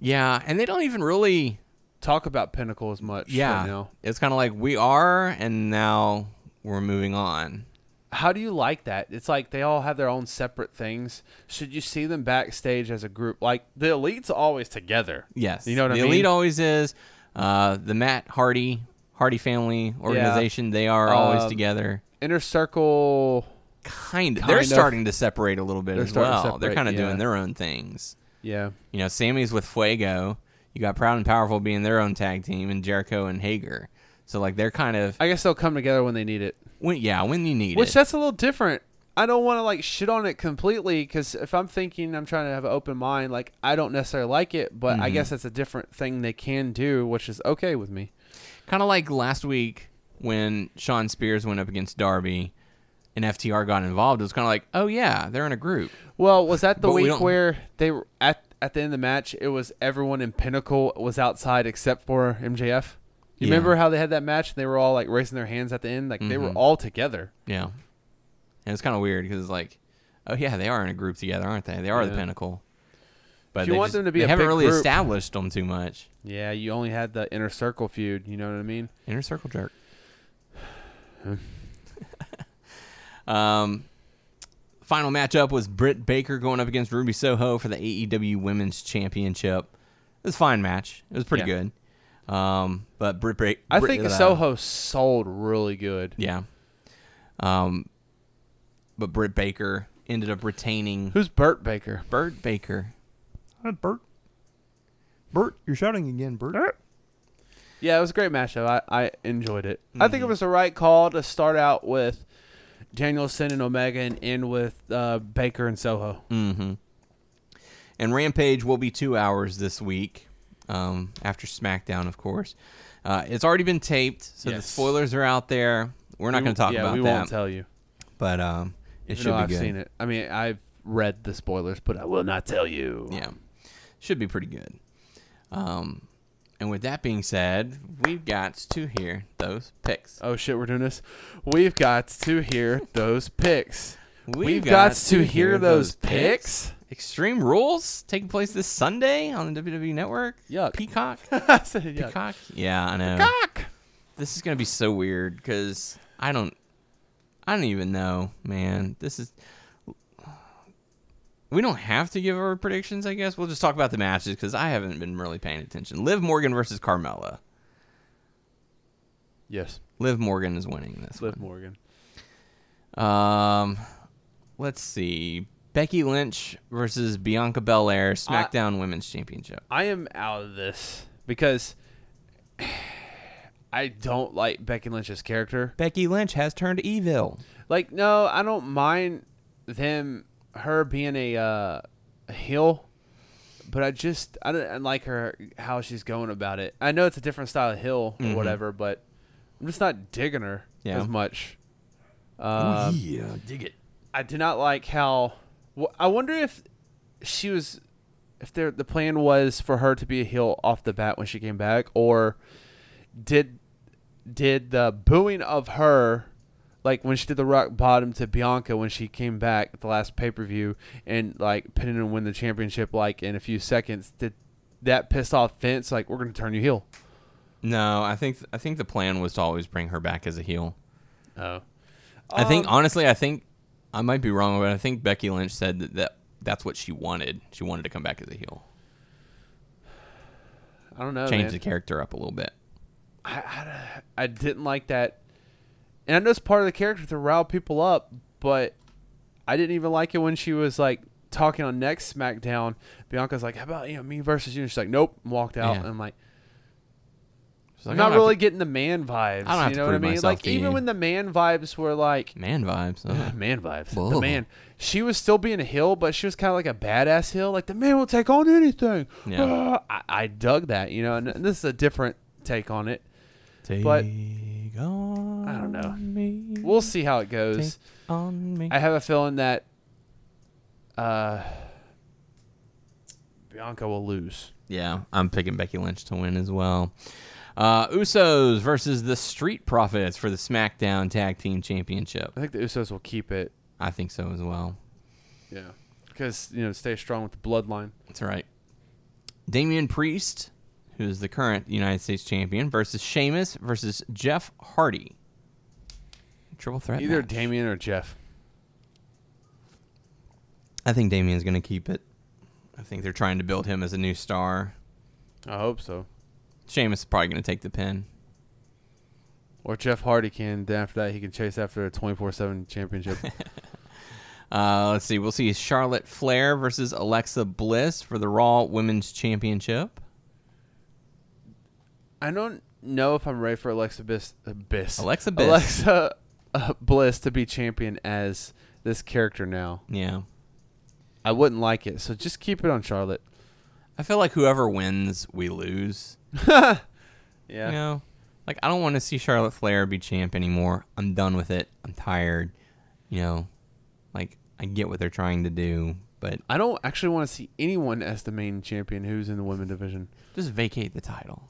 Yeah, and they don't even really.
Talk about Pinnacle as much.
Yeah,
Right now.
it's kind of like we are, and now we're moving on.
How do you like that? It's like they all have their own separate things. Should you see them backstage as a group? Like the elite's always together.
Yes.
You know what
the
I mean?
elite always is. Uh, the Matt Hardy, Hardy family organization, they are always
Um,
together.
Inner circle.
Kind of.
kind
They're
of-
starting to separate a little bit
They're
as
starting to
well. they're
separate,
kind of doing
yeah.
their own things.
Yeah.
You know, Sammy's with Fuego. You got Proud and Powerful being their own tag team, and Jericho and Hager. So like they're kind of
I guess they'll come together when they need it.
when yeah when you need
Which
it.
that's a little different. I don't want to like shit on it completely because if I'm thinking, I'm trying to have an open mind. Like I don't necessarily like it, but
Mm-hmm.
I guess that's a different thing they can do, which is okay with me.
Kind of like last week when Sean Spears went up against Darby, and FTR got involved. It was kind of like oh yeah they're in a group.
Well, was that the
But we
week
don't-
where they were at at the end of the match? It was everyone in Pinnacle was outside except for MJF. You
Yeah.
remember how they had that match? and They were all like raising their hands at the end, like they
Mm-hmm.
were all together.
Yeah. And it's kind of weird because like, oh yeah, they are in a group together, aren't they? They are the
Yeah.
pinnacle. But
If you
they
want
just-
them to be
they
a
haven't
big
really
group-
established them too much.
Yeah, you only had the inner circle feud. You know what I mean?
Inner circle jerk. um, final matchup was Britt Baker going up against Ruby Soho for the AEW Women's Championship. It was a fine match. It was pretty
Yeah.
good. Um, but Britt Baker.
I think Soho sold really good.
Yeah. Um, but Britt Baker ended up retaining.
Who's Burt Baker?
Bert Baker.
Yeah, it was a great matchup. I, I enjoyed it. I
Mm-hmm.
think it was the right call to start out with Danielson and Omega and end with uh, Baker and Soho.
And Rampage will be two hours this week, um, after SmackDown, of course. Uh, it's already been taped, so the
Yes.
spoilers are out there. We're not going to talk
yeah,
about
we
that,
won't tell you.
but um, it
Even
should
though
be
I've
good.
seen it. I mean, I've read the spoilers, but I will not tell you.
Yeah, should be pretty good. Um, and with that being said, we've got to hear those picks.
Oh shit, we're doing this. We've got to hear those picks.
We've
got,
gots
to hear those picks.
Extreme Rules taking place this Sunday on the WWE Network.
Yuck.
Peacock.
I said, yeah.
Peacock. Yeah, I know.
Cock.
This is gonna be so weird because I don't, I don't even know, man. This is. We don't have to give our predictions, I guess. We'll just talk about the matches because I haven't been really paying attention. Liv Morgan versus Carmella.
Yes,
Liv Morgan is winning this.
Liv Morgan.
Um, let's see. Becky Lynch versus Bianca Belair SmackDown Women's Championship.
I am out of this because I don't like Becky Lynch's character.
Becky Lynch has turned evil.
Like, no, I don't mind them her being a uh, a heel, but I just I don't I like her how she's going about it. I know it's a different style of heel or whatever, but I'm just not digging her
Yeah.
as much. Um, yeah, dig it. I do not like how. wh- I wonder if she was, if there the plan was for her to be a heel off the bat when she came back, or did did the booing of her like when she did the rock bottom to Bianca when she came back at the last pay per view and like pinning and win the championship like in a few seconds, did that piss off Vince like we're gonna turn you heel?
No, I think I think the plan was to always bring her back as a heel. Um,
Oh.
I think honestly, I think I might be wrong, but I think Becky Lynch said that, that that's what she wanted. She wanted to come back as a heel,
I don't know.
change
man.
the character up a little bit.
I didn't like that. And I know it's part of the character to rile people up, but I didn't even like it when she was like talking on next SmackDown. Bianca's like, "How about you know me versus you?" And she's like, "Nope," and walked out.
Yeah.
And I'm like,
She's like,
I'm not
I don't have
really
to-
getting the man vibes.
I don't have
you
to
know what I
prove
mean?
myself
Like
to
even
you.
when the man vibes were like
man vibes. uh.
man vibes, the
Whoa.
man. She was still being a heel, but she was kind of like a badass heel. Like the man will take on anything.
Yeah.
Ah, I, I dug that. You know, and, and this is a different take on it. But-
Take on
I don't know.
Me,
We'll see how it
take
goes.
on me.
I have a feeling that uh, Bianca will lose.
Yeah, I'm picking Becky Lynch to win as well. Uh, Usos versus the Street Profits for the SmackDown Tag Team Championship.
I think the Usos will keep it.
I think so as well.
Yeah, because you know, stay strong with the bloodline.
That's right. Damian Priest, who is the current United States champion, versus Sheamus versus Jeff Hardy. Triple threat.
Either
match.
Damien or Jeff.
I think Damian's going to keep it. I think they're trying to build him as a new star.
I hope so.
Sheamus is probably going to take the pin.
Or Jeff Hardy can. Then after that, he can chase after a twenty-four-seven championship.
Uh, let's see. We'll see Charlotte Flair versus Alexa Bliss for the Raw Women's Championship.
I don't know if I'm ready for Alexa Bliss. uh, Bliss.
Alexa Bliss.
Alexa uh, Bliss to be champion as this character now.
Yeah.
I wouldn't like it. So just keep it on Charlotte.
I feel like whoever wins, we lose.
Yeah.
You know? Like, I don't want to see Charlotte Flair be champ anymore. I'm done with it. I'm tired. You know? Like, I get what they're trying to do, but
I don't actually want to see anyone as the main champion who's in the women division.
just vacate the title.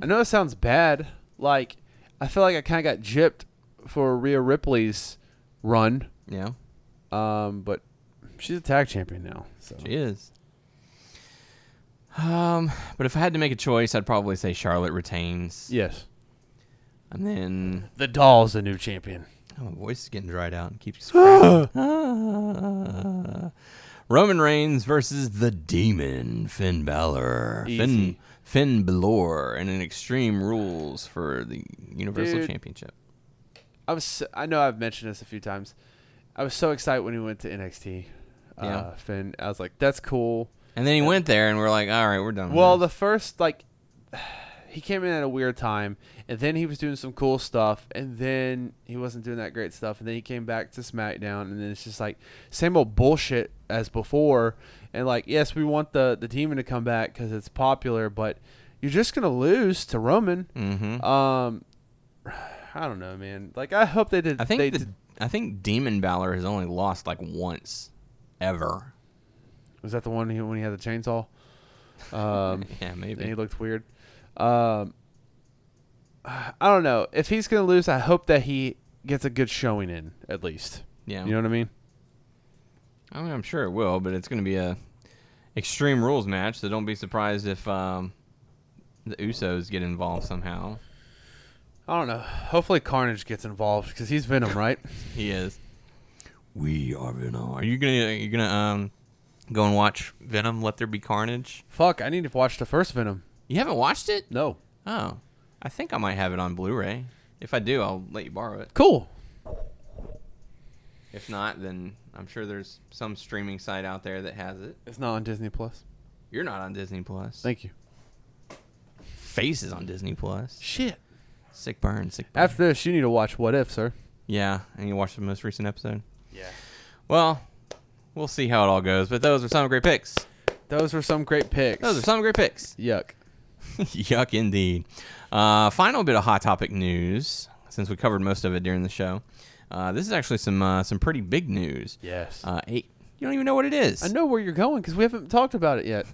I know it sounds bad. Like, I feel like I kind of got gypped for Rhea Ripley's run.
You know?
Um, but she's a tag champion now. So
She is. Um, but if I had to make a choice, I'd probably say Charlotte retains.
yes,
And then
the doll's the new champion.
Oh, my voice is getting dried out and keeps cracking. Ah. Roman Reigns versus the Demon Finn Balor. Finn
Easy.
Finn Balor in an Extreme Rules for the Universal
Dude.
Championship.
I was. so- I know I've mentioned this a few times. I was so excited when he went to NXT.
Yeah. Mm-hmm.
Uh, Finn. I was like, that's cool.
And then he went there, and we're like, all right, we're done. with
Well,
this.
the first like he came in at a weird time, and then he was doing some cool stuff, and then he wasn't doing that great stuff, and then he came back to SmackDown, and then it's just like same old bullshit as before. And like, yes, we want the the demon to come back because it's popular, but you're just gonna lose to Roman. Mm-hmm. Um, I don't know, man. Like, I hope they did.
I think
they
the,
did,
I think Demon Balor has only lost like once, ever.
was that the one he, when he had the chainsaw. Um,
Yeah,
and
maybe.
he looked weird. Um, I don't know if he's gonna lose. I hope that he gets a good showing in at least.
Yeah.
you know what I mean.
I mean, I'm sure it will, but it's going to be a Extreme Rules match, so don't be surprised if um, the Usos get involved somehow.
I don't know. Hopefully, Carnage gets involved because he's Venom, right?
He is. We are Venom. Are you gonna are you gonna um go and watch Venom? Let there be carnage.
Fuck, I need to watch the first Venom.
You haven't watched it?
No,
Oh, I think I might have it on Blu-ray. If I do, I'll let you borrow it.
cool.
If not, then I'm sure there's some streaming site out there that has it.
It's not on Disney Plus.
You're not on Disney Plus.
Thank you.
Face is on Disney Plus.
Shit.
Sick burn. Sick burn.
After this, you need to watch What If, sir.
Yeah, and you watched the most recent episode. Yeah. Well, we'll see how it all goes. But those are some great picks.
Those were some great picks.
Those are some great picks.
yuck.
Yuck, indeed. Uh, final bit of hot topic news, since we covered most of it during the show. Uh, this is actually some uh, some pretty big news.
Yes.
Uh, eight. You don't even know what it is.
I know where you're going because we haven't talked about it yet.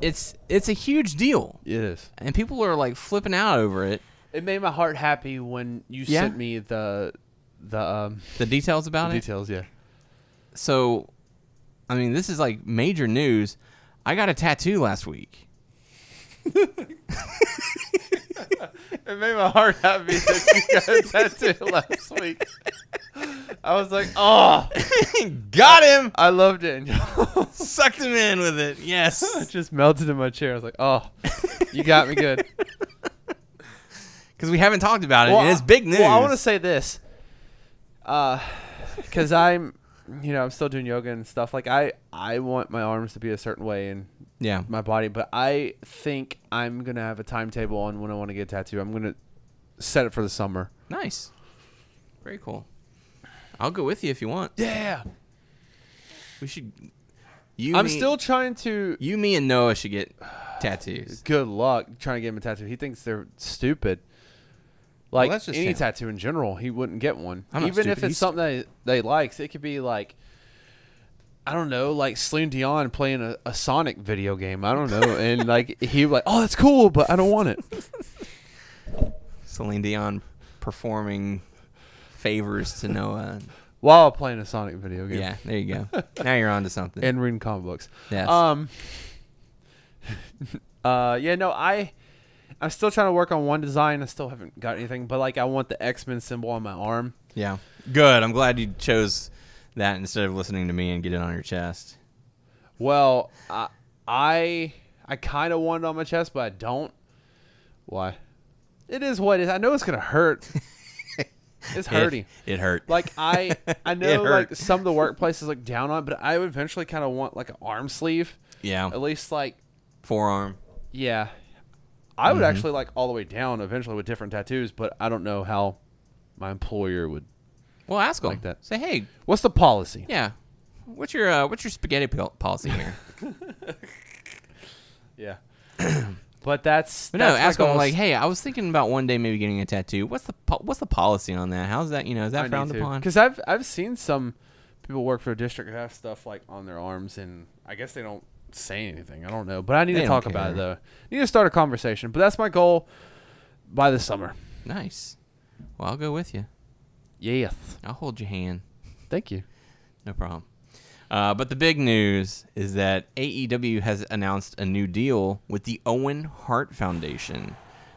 It's it's a huge deal,
it is.
and people are like flipping out over it.
It made my heart happy when you
Yeah.
sent me the the um
The details about it.
details. Yeah.
So, I mean, this is like major news. I got a tattoo last week.
It made my heart happy that you got a tattoo last week. I was like, oh,
Got him.
I loved it. And
Sucked him in with it.
I
Yes.
just melted in my chair. I was like, oh, you got me good.
Because we haven't talked about it. and it's big news.
Well, I want to say this. because I'm, you know, I'm still doing yoga and stuff. Like I, I want my arms to be a certain way and
Yeah.
my body, but I think I'm gonna have a timetable on when I want to get a tattoo. I'm gonna set it for the summer.
Nice. Very cool. I'll go with you if you want.
Yeah,
We should. You,
I'm
me-
still trying to.
You, me, and Noah should get tattoos.
Good luck trying to get him a tattoo. He thinks they're stupid. Like
that's just
any
him.
tattoo in general, he wouldn't get one.
I'm not
Even if
stupid,
it's
he's
something that they likes, it could be like. I don't know, like Celine Dion playing a, a Sonic video game. I don't know, and like he like, oh, that's cool, but I don't want it.
Celine Dion performing favors to Noah.
while playing a Sonic video game.
Yeah, there you go. now you're on to something.
And reading comic books.
Yes.
Um. uh. Yeah. No. I. I'm still trying to work on one design. I still haven't got anything, but like I want the X Men symbol on my arm.
yeah. Good. I'm glad you chose that instead of listening to me and get it on your chest.
Well, I I I kind of want it on my chest, but I don't. Why? It is what it is. I know it's gonna hurt. it's
It-
hurting.
It, hurt.
Like I I know
hurt.
like some of the workplaces look down on, it, but I would eventually kind of want like an arm sleeve,
yeah.
at least like
Forearm.
Yeah. I would actually like all the way down eventually with different tattoos, but I don't know how my employer would.
Well, ask him.
that.
Say, hey,
What's the policy?
yeah. What's your uh, what's your spaghetti pol- policy here?
Yeah. but that's,
But no,
that's my
ask them
goals.
like, hey, I was thinking about one day maybe getting a tattoo. What's the po- what's the policy on that? How's that you know is that frowned upon?
Because I've I've seen some people work for a district who have stuff like on their arms, and I guess they don't say anything. I don't know, but I need
They
to
don't
talk about it
care.
though. need to start a conversation. But that's my goal by the summer.
Nice. Well, I'll go with you.
Yes.
I'll hold your hand.
Thank you.
No problem. Uh, but the big news is that AEW has announced a new deal with the Owen Hart Foundation.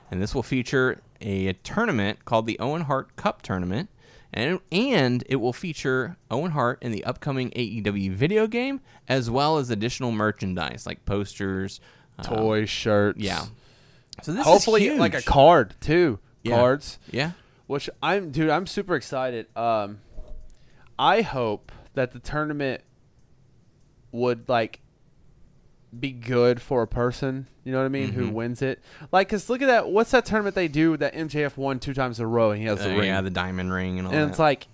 And this will feature a, tournament called the Owen Hart Cup Tournament. And, and it will feature Owen Hart in the upcoming AEW video game, as well as additional merchandise like posters, uh,
Toy shirts.
yeah. So this
Hopefully,
is huge.
like a card too.
Yeah.
Cards.
Yeah.
Which I'm, dude, I'm super excited. Um, I hope that the tournament would like be good for a person. You know what I mean?
Mm-hmm.
Who wins it? Like, cause look at that. What's that tournament they do that MJF won two times in a row and he has the
Uh,
ring?
yeah, the diamond ring and all
and
that.
it's like,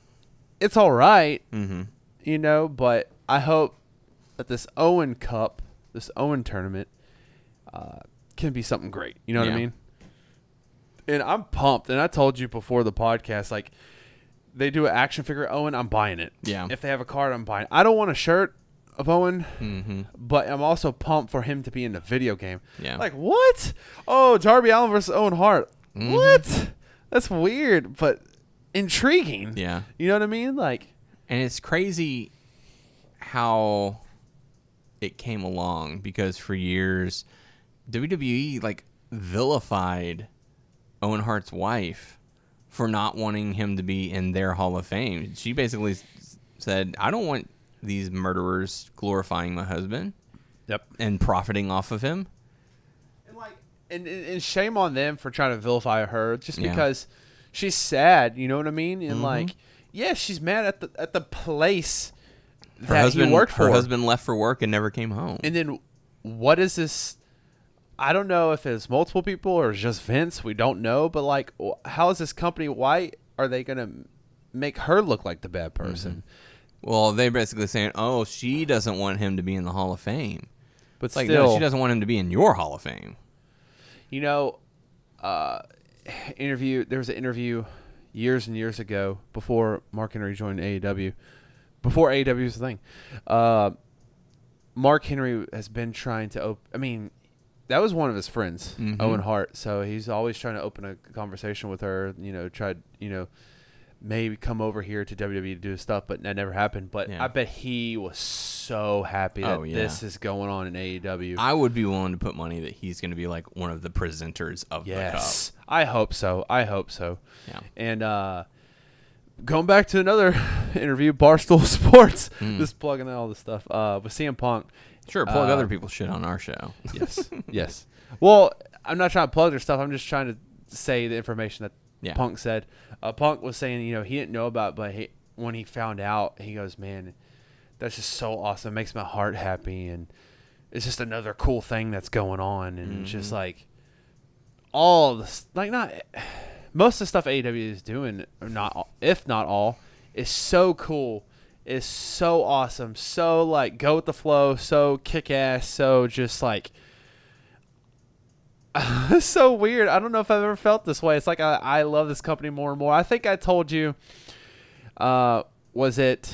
it's all mm-hmm. you know. But I hope that this Owen Cup, this Owen tournament, uh, can be something great. You know what
Yeah.
I mean? And I'm pumped. And I told you before the podcast, like they do an action figure Owen, I'm buying it.
Yeah.
If they have a card, I'm buying. It. I don't want a shirt of Owen,
Mm.
but I'm also pumped for him to be in the video game.
Yeah.
Like what? Oh, Darby Allen versus Owen Hart.
Mm-hmm.
What? That's weird, but intriguing.
Yeah.
You know what I mean? Like
And it's crazy how it came along because for years WWE like vilified Owen Hart's wife for not wanting him to be in their Hall of Fame. She basically s- said, "I don't want these murderers glorifying my husband
Yep.
and profiting off of him."
And like, and, and, and shame on them for trying to vilify her just
Yeah. Mm-hmm.
because she's sad. You know what I mean? And like, yeah, she's mad at the at the place
Her
that
husband
he worked for.
Her husband left for work and never came home.
And then, what is this? I don't know if it's multiple people or it's just Vince. We don't know. But like, wh- how is this company? Why are they gonna make her look like the bad person?
Mm-hmm. well, they basically saying, "Oh, she doesn't want him to be in the Hall of Fame."
But
It's like,
still,
no, she doesn't want him to be in your Hall of Fame.
You know, uh, interview. There was an interview years and years ago before Mark Henry joined AEW, before AEW was a thing. Uh, Mark Henry has been trying to open. I mean, that was one of his friends,
Mm-hmm.
Owen Hart. So he's always trying to open a conversation with her. You know, tried. You know, maybe come over here to WWE to do his stuff, but that never happened. But
Yeah.
I bet he was so happy that
Oh, yeah.
this is going on in E AEW.
I would be willing to put money that he's going to be like one of the presenters of
Yes. I hope so. I hope so.
Yeah.
And uh going back to another interview, Barstool Sports, just plugging out all this stuff, uh with CM Punk.
the cup. Sure, plug
Uh,
other people's shit on our show.
Yes. yes. Well, I'm not trying to plug their stuff, I'm just trying to say the information that
Yeah.
Punk said. Uh Punk was saying, you know, he didn't know about it, but he when he found out, he goes, "Man, that's just so awesome. It makes my heart happy, and it's just another cool thing that's going on." And it's just like all the s- like not most of the stuff AEW is doing, or not all- if not all, is so cool, is so awesome, so like go with the flow, so kick ass, so just like it's so weird. I don't know if I've ever felt this way. It's like I, I love this company more and more. I think I told you, uh, was it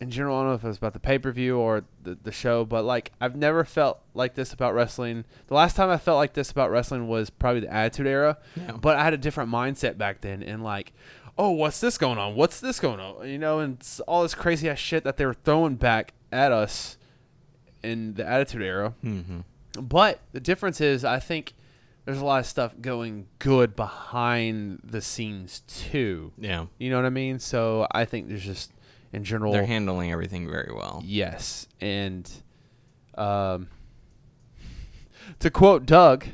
in general? I don't know if it was about the pay per view or the, the show, but like I've never felt like this about wrestling. The last time I felt like this about wrestling was probably the Attitude Era, but I had a different mindset back then and like. Oh, what's this going on? What's this going on? You know, and it's all this crazy ass shit that they were throwing back at us in the Attitude Era. But the difference is, I think there's a lot of stuff going good behind the scenes too.
Yeah.
You know what I mean? So I think there's just in general,
They're handling everything very well.
yes, and um, to quote Doug,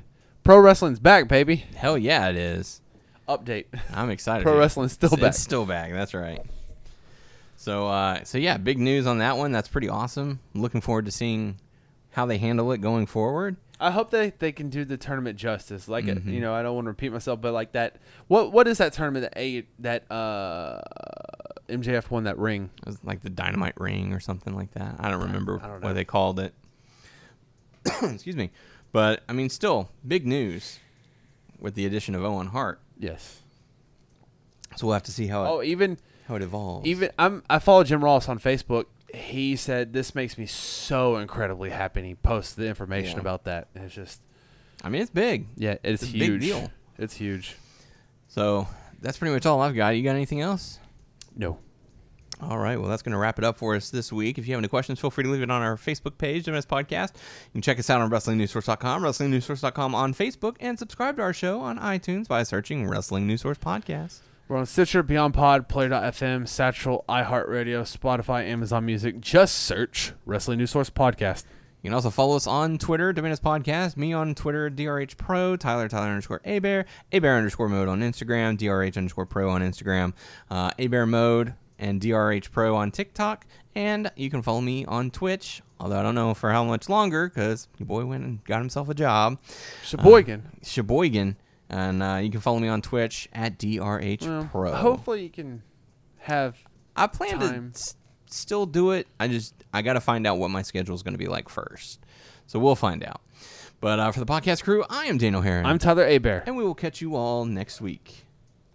"Pro wrestling's back, baby."
Hell yeah, it is.
Update.
I'm excited.
Pro
dude.
wrestling's still
It's-
back.
It's still back. That's right. So, uh, so yeah, big news on that one. That's pretty awesome. Looking forward to seeing how they handle it going forward.
I hope they they can do the tournament justice. Like it you know, I don't want to repeat myself, but like that. What what is that tournament that a that uh MJF won that ring?
It was like the dynamite ring or something like that. I don't remember what they called it. Excuse me. But I mean, still big news with the addition of Owen Hart.
Yes.
So we'll have to see how it,
Oh, even
how it evolves.
Even I'm I follow Jim Ross on Facebook. He said this makes me so incredibly happy. And he posts the information
Yeah.
about that. And it's just
I mean, it's big.
yeah, it's,
It's a big
huge.
deal.
It's huge.
So that's pretty much all I've got. You got anything else?
No.
All right, well, that's going to wrap it up for us this week. If you have any questions, feel free to leave it on our Facebook page, WMS Podcast. You can check us out on WrestlingNewsSource.com, WrestlingNewsSource.com on Facebook, and subscribe to our show on iTunes by searching Wrestling News Source Podcast.
We're on Stitcher, Beyond Pod, Player.fm, Satchel, iHeartRadio, Spotify, Amazon Music. Just search Wrestling News Source Podcast.
You can also follow us on Twitter, Dominus Podcast, me on Twitter, DRH Pro, Tyler, Tyler underscore A Bear, A Bear underscore Mode on Instagram, DRH underscore Pro on Instagram, uh, A Bear Mode, and DRH Pro on TikTok. And you can follow me on Twitch, although I don't know for how much longer because your boy went and got himself a job.
Sheboygan.
Sheboygan. And uh, you can follow me on Twitch at DRH Pro.
Hopefully you can have
I plan
time.
to s- still do it. I just I got to find out what my schedule is going to be like first. So we'll find out. But uh, for the podcast crew, I am Daniel Herron.
I'm Tyler Abear.
and we will catch you all next week.